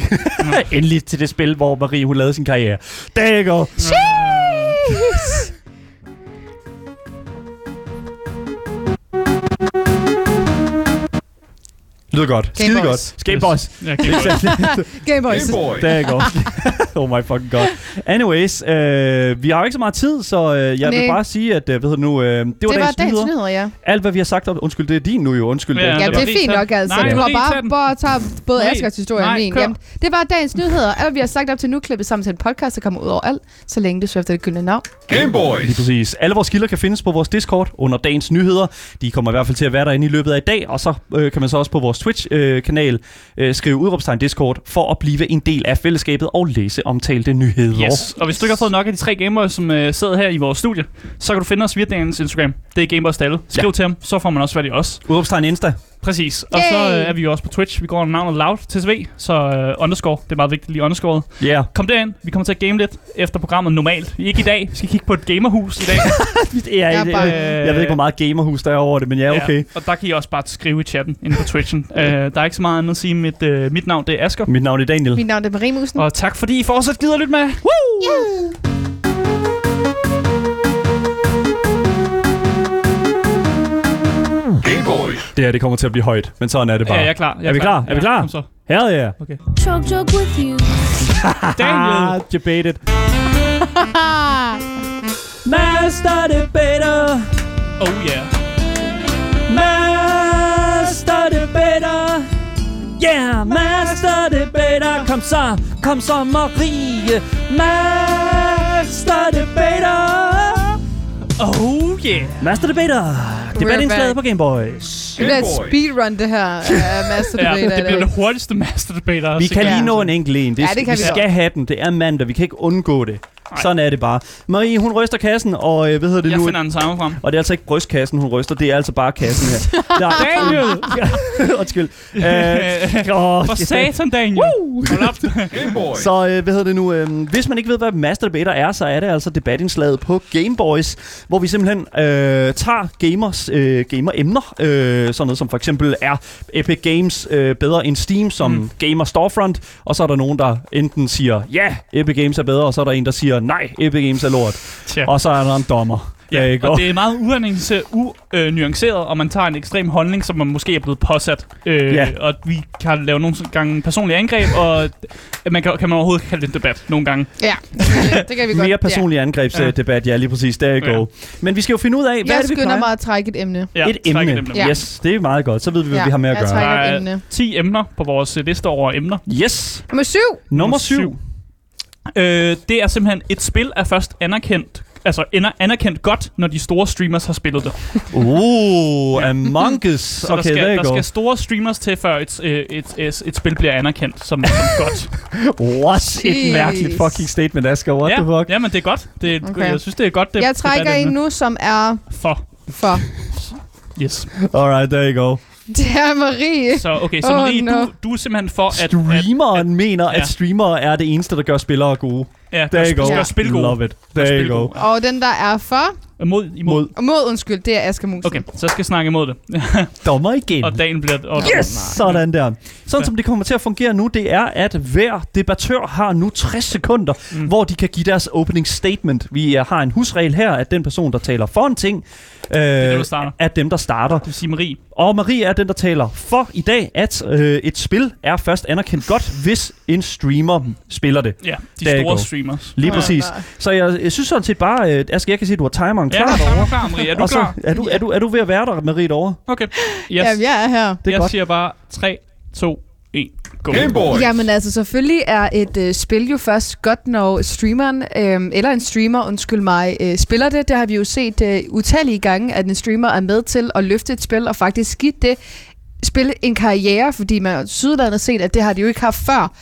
Velkommen til. Endelig til det spil, hvor Marie hun lavede sin karriere. There you go. Cheese! Lyder godt. Game Skide Boys. godt. Skate boys. Ja, okay, godt. Game Boys. There you go. oh my fucking god. Anyways, øh, vi har jo ikke så meget tid, så øh, jeg Nej. vil bare sige, at øh, hvad hedder det nu, øh, det var, Det var dagens dagens nyheder. nyheder, ja. Alt hvad vi har sagt om, undskyld, det er din nu jo, undskyld. Ja, Ja, det det var er lige fint tag- nok, altså. Nej, Nej, du har lige tag bare, den. bare tager både Nej, Askers historie og nej, min. kør. Jamen, det var dagens nyheder. Alt, hvad vi har sagt op til nu, klippet sammen til en podcast, der kommer ud over alt, så længe det søger efter det gyldne navn. Game Lige Boys. præcis. Alle vores kilder kan findes på vores Discord under dagens nyheder. De kommer i hvert fald til at være derinde i løbet af i dag, og så øh, kan man så også på vores Twitch-kanal øh, kanal, øh, skrive udråbstegn Discord for at blive en del af fællesskabet og læse omtalte nyheder. Yes. Og hvis du ikke har fået nok af de tre gameboys, som øh, sidder her i vores studie, så kan du finde os via Daniels Instagram. Det er Gameboys Dalle. Skriv ja. Ja. til ham, så får man også fat i os. Udråbstegn Insta. Præcis. Og Yay! så øh, er vi jo også på Twitch. Vi går under navnet Loud TSV, så øh, underscore. Det er meget vigtigt lige underscoret. Ja. Yeah. Kom derind. Vi kommer til at game lidt efter programmet normalt. Ikke i dag. Vi skal kigge på et gamerhus i dag. Jeg Jeg, er jeg, bare- jeg ved ikke, hvor meget gamerhus der er over det, men øh, ja, okay. Og der kan I også bare skrive i chatten inde på Twitchen. øh, der er ikke så meget andet at sige. Mit, øh, mit navn det er Asger. Mit navn er Daniel. Mit navn er Marie Musen. Og tak fordi I fortsat gider at lytte med. Game Boys. Det her, det kommer til at blive højt, men sådan er det bare. Ja, jeg er klar. Jeg Ah. Er vi klar? Er vi klar? Kom så. Hell yeah. Chug chug with you. Daniel. Ah, debated. Ah. Master debater. Oh yeah. Master debater. Yeah, master debater. Kom så, kom så, Marie. Master debater. Oh yeah. Master debater. back. Debatindslaget på Game Boys. Det bliver et speedrun, det her uh, Master Ja, Debater. det bliver det hurtigste master debate. Vi altså. kan lige Ja. nå en enkelt en. Det, Ja, det kan vi vi skal have den. Det er mandag. Vi kan ikke undgå det. Nej. Sådan er det bare. Marie, hun ryster kassen, og øh, hvad hedder det Jeg nu? finder den samme frem. Og det er altså ikke brystkassen, hun ryster. Det er altså bare kassen her. Der Daniel! Undskyld. Øh, åh, For det- satan, Daniel. Hold op. Game Boys. Så øh, hvad hedder det nu? Øh, hvis man ikke ved, hvad Master Debater er, så er det altså debatindslaget på Game Boys, hvor vi simpelthen øh, tager gamers, øh, gamer-emner, øh, sådan noget som for eksempel er Epic Games øh, bedre end Steam som Mm. mm. gamer storefront, og så er der nogen, der enten siger, ja, Epic Games er bedre, og så er der en, der siger, nej, Epic Games er lort, Tja. og så er der en dommer. ja, i går. og det er meget unuanceret, unuanceret, og man tager en ekstrem holdning, som man måske er blevet påsat. Øh, Ja. Og vi kan lave nogle gange personlige angreb, og øh, man kan, kan man overhovedet kalde det en debat nogle gange. Ja, det, det kan vi godt. Mere personlig angrebsdebat, ja, lige præcis. Der er i Ja. går. Men vi skal jo finde ud af, Ja. hvad Jeg er det, vi skynder plejer? mig at trække et emne. Ja, et træk emne. et emne. Ja. Yes, det er meget godt. Så ved vi, hvad vi har med at jeg gøre. træk. trækker Nej. et emne. 10 emner på vores øh, liste over emner. Yes. Nummer syv. Nummer Nummer syv. syv. Øh, det er simpelthen, et spil er først anerkendt, altså ender- anerkendt godt, når de store streamers har spillet det. Uh, Oh, Among Us. Så Okay, der, skal, there you der go. skal store streamers til, før et, et, et, et, et spil bliver anerkendt som, som godt. What? Et Jeez. mærkeligt fucking statement, Asger. What the fuck? ja, men det er godt. Det er, Okay. okay. Jeg synes, det er godt. Det, Jeg trækker en debatemne. nu, som er For. for... Yes. Alright, there you go. Det er Marie. Så okay, så Oh, Marie, oh, no. no. du, du er simpelthen for, at... Streameren mener, ja. at streamere er det eneste, der gør spillere gode. At, ja, There you go. Gør, Ja. gør spil gode. Love it. There you go. Og den, der er for... Øh, Mod, imod. Mod og Mod, undskyld, det er Asger Musen. Okay, så skal jeg snakke imod det. dommer igen. og dagen bliver... Og, Yes! Sådan der. Sådan som det kommer til at fungere nu, det er, at hver debattør har nu 60 sekunder, mm. Mm. hvor de kan give deres opening statement. Vi øh, har en husregel her, at den person, der taler for en ting, dem, øh, der starter. er dem, der starter. Du siger Marie. Og Marie er den, der taler for i dag, at øh, et spil er først anerkendt godt, hvis en streamer spiller det. Ja, de There you store go. streamers. Lige Ja, præcis. nej. Så jeg, jeg synes sådan set bare, øh, Asger, jeg kan se, at du har timeren Ja, klar så er derovre. du klar, Marie. Er du Og så, klar? er, du, er, du, er du ved at være der, Marie, derovre? Okay. Yes. Jamen, jeg er her. Det er jeg godt. siger bare 3, 2, 1, go. Game Boy. Jamen altså, selvfølgelig er et øh, spil jo først godt, når streameren, øh, eller en streamer, undskyld mig, øh, spiller det. Det har vi jo set øh, utallige gange, at en streamer er med til at løfte et spil og faktisk give det spil en karriere, fordi man har sydlandet set, at det har de jo ikke haft før.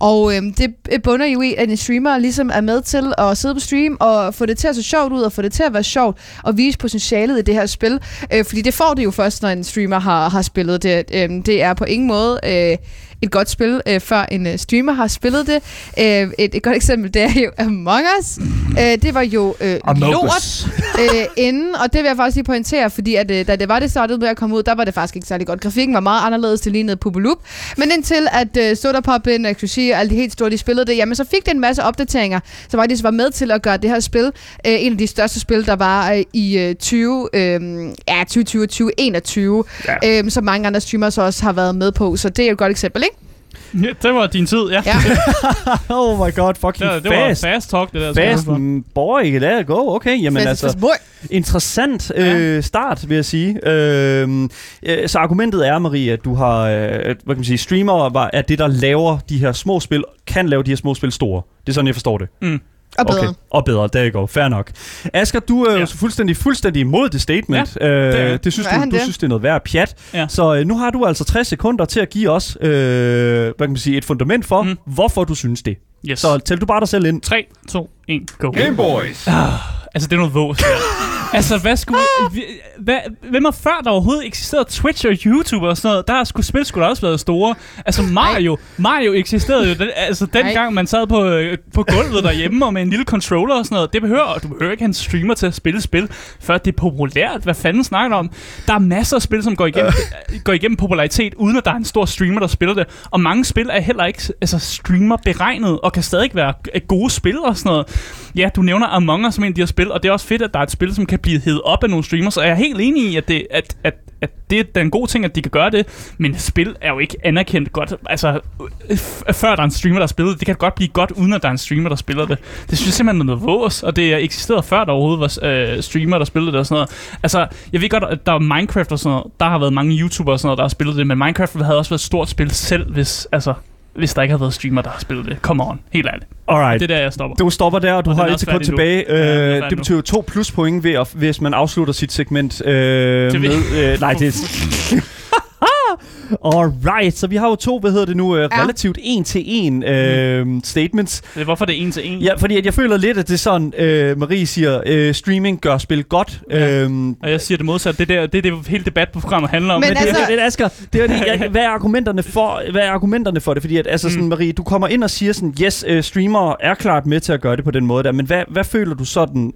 Og øhm, det bunder jo i, at en streamer ligesom er med til at sidde på stream og få det til at se sjovt ud, og få det til at være sjovt, og vise potentialet i det her spil. Øh, fordi det får det jo først, når en streamer har, har spillet det. Øhm, det er på ingen måde øh, et godt spil, øh, før en øh, streamer har spillet det. Øh, et, et godt eksempel, det er jo Among Us. Øh, det var jo øh, lort øh, inden, og det vil jeg faktisk lige pointere, fordi at, øh, da det var det startede med at komme ud, der var det faktisk ikke særlig godt. Grafikken var meget anderledes, det lignede Pupulup. Men indtil at øh, Soda Poppin, Cruci og alle de helt store, de spillede det, jamen så fik det en masse opdateringer, så faktisk var med til at gøre det her spil, øh, en af de største spil, der var øh, i øh, 20, øh, ja, 2020 og 2021, ja. øh, som mange andre streamers også har været med på, så det er et godt eksempel, ikke? Ja, det var din tid, ja. Ja. Oh my god, fucking Det, det var fast. fast talk, det der. Fast mm, boy, there you go. Okay, jamen Fast- altså, fast boy. interessant Ja. øh, start, vil jeg sige. Øh, øh, så argumentet er, Marie, at du har, øh, at, hvad kan man sige, streamere var, er det, der laver de her små spil, kan lave de her små spil store. Det er sådan, jeg forstår det. og bedre. Okay. Og bedre, der går. Fair nok. Asger, du er jo Ja. så fuldstændig, fuldstændig imod det statement. Ja, det er øh, jeg. det synes Er du, han du det? synes, det er noget værd pjat. Ja. Så øh, nu har du altså 60 sekunder til at give os øh, hvad kan man sige, et fundament for, mm. Mm. hvorfor du synes det. Yes. Så tæl du bare dig selv ind. 3, 2, 1, go. Game Boys. Altså, det er noget vås. altså, hvad skulle... vi- Hvad, hvem har før, der overhovedet eksisterede Twitch og YouTube og sådan noget? Der har sgu spil skulle også været store. Altså, Mario. Mario eksisterede jo den, altså, dengang, man sad på, øh, på gulvet derhjemme og med en lille controller og sådan noget. Det behøver... Du behøver ikke have en streamer til at spille spil, før det er populært. Hvad fanden snakker du om? Der er masser af spil, som går igennem, går igennem popularitet, uden at der er en stor streamer, der spiller det. Og mange spil er heller ikke altså, streamer-beregnet, og kan stadig ikke være g- øh, gode spil og sådan noget. Ja, du nævner Among Us som en af de her spil, og det er også fedt, at der er et spil, som kan blive hævet op af nogle streamers, og jeg er helt enig i, at det, at, at, at det er en god ting, at de kan gøre det, men spil er jo ikke anerkendt godt. Altså, øh, f- før der er en streamer, der spiller det, det kan godt blive godt, uden at der er en streamer, der spiller det. Det synes jeg simpelthen er noget vås, og det eksisterede før, der overhovedet var øh, streamer, der spillede det og sådan noget. Altså, jeg ved godt, at der er Minecraft og sådan noget, der har været mange YouTubere og sådan noget, der har spillet det, men Minecraft havde også været et stort spil selv, hvis, altså, hvis der ikke havde været streamer, der har spillet det. Come on, helt ærligt. Alright. Det er der, jeg stopper. Du stopper der, og du Og har den er et også sekund færdig nu. tilbage. Ja, den er Øh, færdig det nu. betyder jo to pluspoint, ved at, hvis man afslutter sit segment øh, med... vi- Øh, nej, det Alright, så vi har jo to, hvad hedder det nu, øh, Ja. relativt en til en øh, Mm. statements. Det er, hvorfor det er en til en. Ja, fordi at jeg føler lidt, at det er sådan, øh, Marie siger, øh, streaming gør spil godt. Ja. Øhm, Og jeg siger det modsatte. Det, der, det er det, hele debatprogrammet handler om. Men Men det, altså, altså- det, det, Asger, det er det, jeg, hvad, er argumenterne for, hvad er argumenterne for det? Fordi at, altså, sådan, Mm. Marie, du kommer ind og siger sådan, yes, øh, streamere er klart med til at gøre det på den måde der, men hvad, hvad føler du sådan,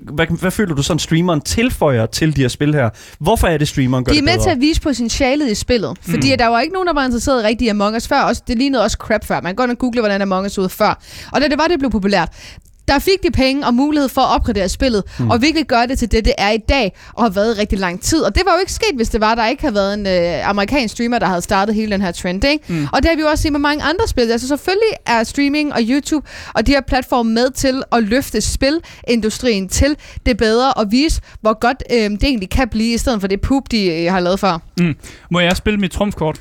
hvad, hvad føler du sådan, streameren tilføjer til de her spil her? Hvorfor er det, streameren gør De er det med bedre? til at vise potentialet i spillet. Fordi mm. der var ikke nogen, der var interesseret rigtig i Among Us før. Også, det lignede også crap før. Man kan godt nok google, hvordan Among Us ud før. Og da det var, det blev populært. der fik de penge og mulighed for at opgradere spillet, mm. og virkelig gøre det til det, det er i dag, og har været i rigtig lang tid. Og det var jo ikke sket, hvis det var, der ikke havde været en øh, amerikansk streamer, der havde startet hele den her trend. Ikke? Mm. Og det har vi jo også set med mange andre spil. Altså selvfølgelig er streaming og YouTube og de her platforme med til at løfte spilindustrien til det bedre, og vise, hvor godt øh, det egentlig kan blive, i stedet for det poop, de øh, har lavet før. øh, Må jeg spille mit trumfkort?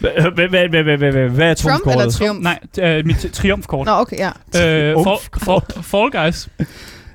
Hvad hvad- hvad- hvad- hvad- hvad- hvad er Trump eller trumfkortet? Triumph? Nej, øh, mit triumfkort. Nå, okay, ja. Øh, Ung. for, for, Fall Guys.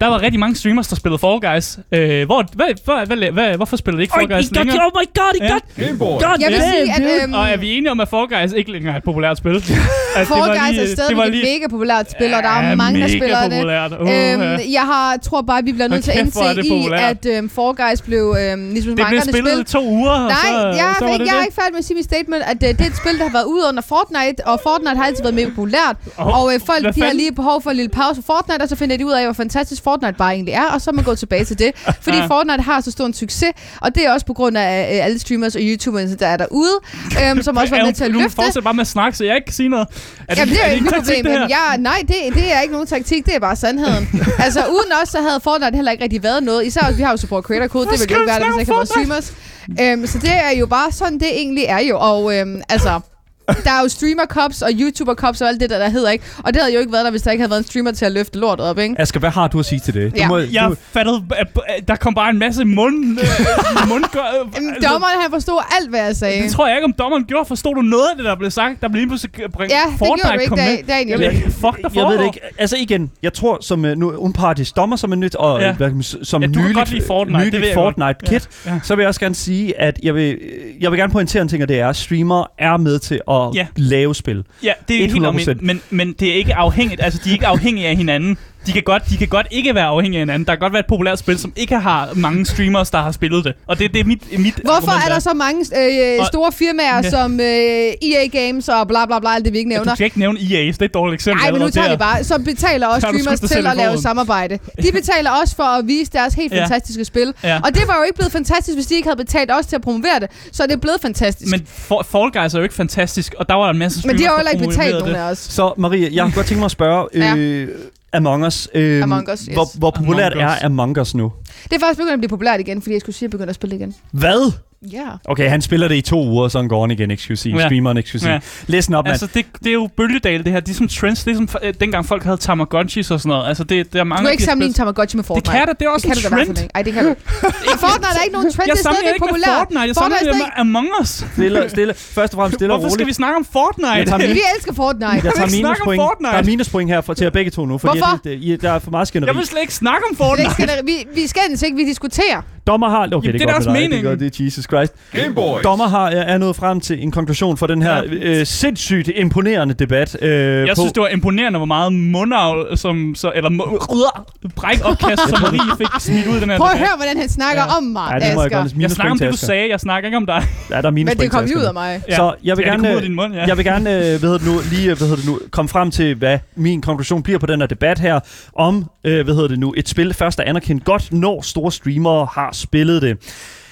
Der var rigtig mange streamers, der spillede Fall Guys. Øh, hvor, hvad, hvad, hvad, hvad, hvorfor spiller de ikke Fall Guys længere? oh my god, I Ja. got Game Boy. God Jeg vil damn, sige, at dude. øhm, Og er vi enige om, at Fall Guys ikke længere er et populært spil? altså, Fall Guys er stadigvæk et mega populært spil, og der er mange, der spiller det. populært. det. Uh, ja. Øhm, jeg har, tror bare, vi bliver nødt Hold til at kæft, hvor er indse det i, populært. at øhm, Fall Guys blev øhm, ligesom Det blev mange spillet i spil. to uger, og Nej, så, jeg, så var det er ikke, jeg er det. ikke færdig med at sige mit statement, at øh, det er et spil, der har været ude under Fortnite, og Fortnite har altid været mere populært. Åh, og øh, hvad folk de har fanden? lige behov for en lille pause for Fortnite, og så finder de ud af, hvor fantastisk Fortnite bare egentlig er, og så er man gået tilbage til det. Fordi Ja. Fortnite har så stor en succes, og det er også på grund af øh, alle streamers og YouTubers, der er derude, øhm, som også var Ja, med til at nu løfte. fortsætter bare med at snakke, så jeg ikke kan sige noget. Er Jamen, det er jo ikke en mit taktik, problem. det her? Jamen, jeg, nej, det, det er ikke nogen taktik, det er bare sandheden. altså, uden os, så havde Fortnite heller ikke rigtig været noget. Især også, vi har jo support creator code, det ville jo ikke være der, hvis ikke havde været streamers. Øhm, så det er jo bare sådan, det egentlig er jo. Og øhm, altså, der er jo streamer cups og youtuber cups og alt det der, der hedder ikke. Og det havde jo ikke været der, hvis der ikke havde været en streamer til at løfte lortet op, Altså, ikke? Asger, hvad har du at sige til det? Du Ja. må, Jeg du, fattede, at at der kom bare en masse mund... Øh, mundgør, Jamen, dommeren, han forstod alt, hvad jeg sagde. Det tror jeg ikke, om dommeren gjorde. Forstod du noget af det, der blev sagt? Der blev lige pludselig bringet Ja, det Fortnite gjorde du ikke, kom med. Dan- Daniel. Jeg ved ikke, fuck, der jeg ved foregår. det ikke. Altså igen, jeg tror som uh, nu upartisk dommer som en nyt og øh, Ja. ja. som Ja, du kan nyligt- godt lide Fortnite, det ved nyligt jeg godt. Fortnite kid, Ja, ja. så vil jeg også gerne sige at jeg vil øh, jeg vil gerne pointere en ting og det er at streamere er med til at Ja. ja. lave spil. Ja, det er helt 100%. omvendt, men, men det er ikke afhængigt. Altså, de er ikke afhængige af hinanden. De kan, godt, de kan godt ikke være afhængige af hinanden. Der kan godt være et populært spil, som ikke har mange streamers, der har spillet det. Og det, det er mit, mit Hvorfor argument er der så mange øh, Og- store firmaer Ja. som øh, EA Games og bla bla bla, alt det vi ikke Ja, nævner? Du skal ikke nævne EA, så det er et dårligt eksempel. Nej, men nu allerede tager der. vi bare. Så betaler også Tager du streamers sgu dig selv til i at lave foden. samarbejde. De betaler også for at vise deres helt Ja. fantastiske spil. Ja. Og det var jo ikke blevet fantastisk, hvis de ikke havde betalt os til at promovere det. Så er det blevet fantastisk. Men, Men for, Fall Guys er jo ikke fantastisk, og der var en masse streamers, men de har jo der heller ikke betalt promoverede nogen det. af os. Så Maria, jeg kunne godt tænke mig at spørge Ja. øh, Among Us, øh, Among Us, yes. hvor, hvor populært Among Us. er Among Us nu? Det er faktisk begyndt at blive populært igen, fordi jeg skulle sige, at jeg begyndte at spille igen. Hvad? Ja. Yeah. Okay, han spiller det i to uger, og så går han igen, excuse Ja. ja. streameren, excuse Ja. ja. Listen op, mand. Altså, det, det er jo bølgedal, det her. Det er som trends, det er som øh, dengang folk havde Tamagotchis og sådan noget. Altså, det, der er Du mange... kan af ikke de her sammenligne spil- Tamagotchi med Det Fortnite. kan der, det er også kan du en da i hvert trend. fald ikke. Ej, det kan du. ikke. Fortnite er ikke nogen trend, Jeg det er sammenligner stadigvæk ikke med populært. Fortnite, jeg Fortnite er sammenligner med Among stadig- Us. Stille, stille. Først og fremmest stille og Hvorfor skal roligt. vi snakke om Fortnite? Jeg tager min- Vi elsker Fortnite. Jeg vi tager ikke snakke om minuspoint. Fortnite? Der er minuspoint her for, til jer begge to nu, fordi Hvorfor? at det, I- der er for meget skænderi. Jeg vil slet ikke snakke om Det er Fortnite. ikke skænderi. Vi, vi skændes ikke, vi diskuterer. Dommer har... Okay, Jamen, det, det er er deres godt med dig. mening. Det er, godt, det er Jesus Christ. Game Boy. Dommer har, er nået frem til en konklusion for den her Ja. ja. øh, sindssygt imponerende debat. Øh, Jeg synes, det var imponerende, hvor meget mundavl, som, så, eller mu- rydder, bræk opkast, som Marie fik smidt ud i den her. Prøv at debat. høre, hvordan han snakker Ja. om mig, Ej, det må jeg Asger. godt. Jeg snakker om Minuspoint til det, du Asger. sagde. Jeg snakker ikke om dig. Ja, der er Men minuspoint det kom til lige ud Asger. af mig. Så jeg vil ja, Det kom gerne, ud af din mund, ja. Jeg vil gerne øh, hvad hedder det nu, lige øh, hvad hedder det nu, komme frem til, hvad min konklusion bliver på den her debat her, om øh, hvad hedder det nu, et spil først er anerkendt godt, når store streamere har spillet det.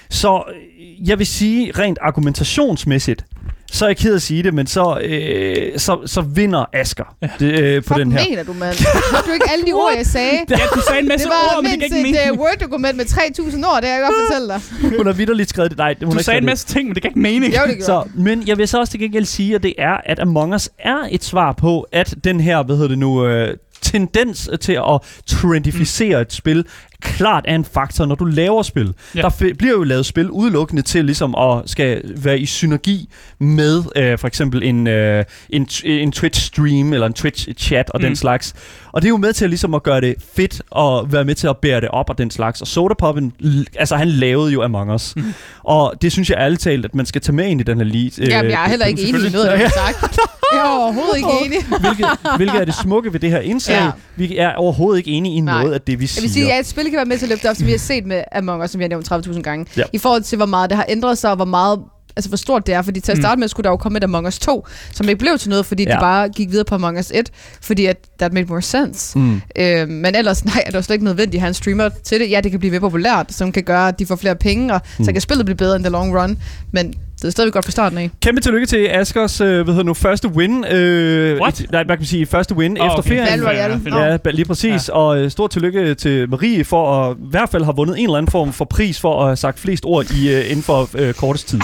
Så øh, jeg vil sige rent argumentationsmæssigt, så er jeg ked af at sige det, men så, øh, så, så vinder Asker det, øh, på Fuck den her. mener du, mand? Hørte du ikke alle de ord, jeg sagde? Ja, du sagde en masse Det var ord, men det mindst gav ikke et mening. uh, Word-dokument med 3.000 ord, det kan jeg godt fortælle dig. Hun har vidderligt skrevet det. Nej, hun har Du sagde ikke skrevet en det. masse ting, men det gav ikke mening. Jo, det gjorde Så, men jeg vil så også til gengæld sige, at det er, at Among Us er et svar på, at den her, hvad hedder det nu, øh, tendens til at trendificere mm. et spil, klart er en faktor, når du laver spil. Ja. Ja. Der fi- bliver jo lavet spil udelukkende til ligesom at skal være i synergi med øh, for eksempel en, øh, en, t- en Twitch-stream eller en Twitch-chat og mm. Mm. den slags. Og det er jo med til ligesom at gøre det fedt og være med til at bære det op og den slags. Og Soda Poppen, l- altså han lavede jo Among Us. Mm. Og det synes jeg ærligt talt, at man skal tage med ind i den her lead. øh, Jamen, jeg er heller ikke enig i noget, du har sagt. Jeg er overhovedet ikke enig. hvilket, hvilket er det smukke ved det her indslag. Ja. Ja. Vi er overhovedet ikke enige i Nej. noget af det, vi Jeg siger. vil sige, at et spil kan være med til at løfte op, som vi har set med Among Us, som vi har nævnt 30.000 gange. Ja. I forhold til, hvor meget det har ændret sig, og hvor meget Altså, hvor stort det er, fordi til at Mm. starte med skulle der jo komme et Among Us 2, som ikke blev til noget, fordi ja. de Ja. bare gik videre på Among Us 1, fordi at that made more sense. Mm. Øh, men ellers, nej, er det jo slet ikke nødvendigt at have en streamer til det. Ja, det kan blive mere populært, som kan gøre, at de får flere penge, og mm. så Mm. kan spillet blive bedre in the long run. Men Så det er stadigvæk godt fra starten af. Kæmpe tillykke til Askers øh, hvad hedder nu, første win. Øh, What? Et, nej, hvad kan man sige? Første win Åh, efter okay. ferien. Valg Royale. Fedt. Nå. Ja, ba- lige præcis. Ja. Og øh, stort tillykke til Marie for at i hvert fald have vundet en eller anden form for pris for at have sagt flest ord i, øh, inden for øh, kortest tid.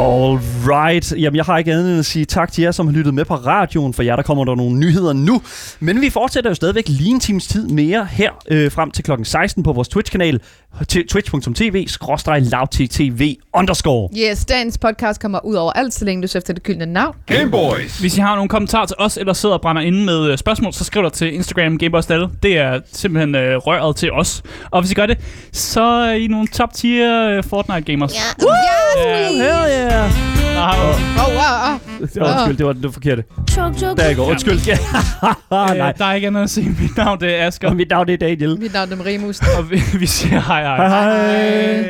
All right. Jamen, jeg har ikke andet end at sige tak til jer, som har lyttet med på radioen. For jer, der kommer der nogle nyheder nu. Men vi fortsætter jo stadigvæk lige en times tid mere her øh, frem til klokken 16 på vores Twitch-kanal. Til twitch.tv skråstreg lavttv underscore. Yes, dagens podcast kommer ud over alt, så længe du søger efter det gyldne navn. Game Boys. Hvis I har nogle kommentarer til os, eller sidder og brænder inde med øh, spørgsmål, så skriv dig til Instagram Gameboys Dalle. Det er simpelthen øh, røret til os. Og hvis I gør det, så er I nogle top tier øh, Fortnite gamers. Ja. Yes, we- Hell yeah! Åh, wow, oh. åh. Ja, undskyld, det var det var forkerte. Chug, chug, Der er jeg går. chug. Undskyld. Ja. Øh, Nej. der er ikke andet at sige. Mit navn det er Asger. Og mit navn det er Daniel. Mit navn er Marie Mus. Og vi, vi siger hej hej. Hej, hej. hej.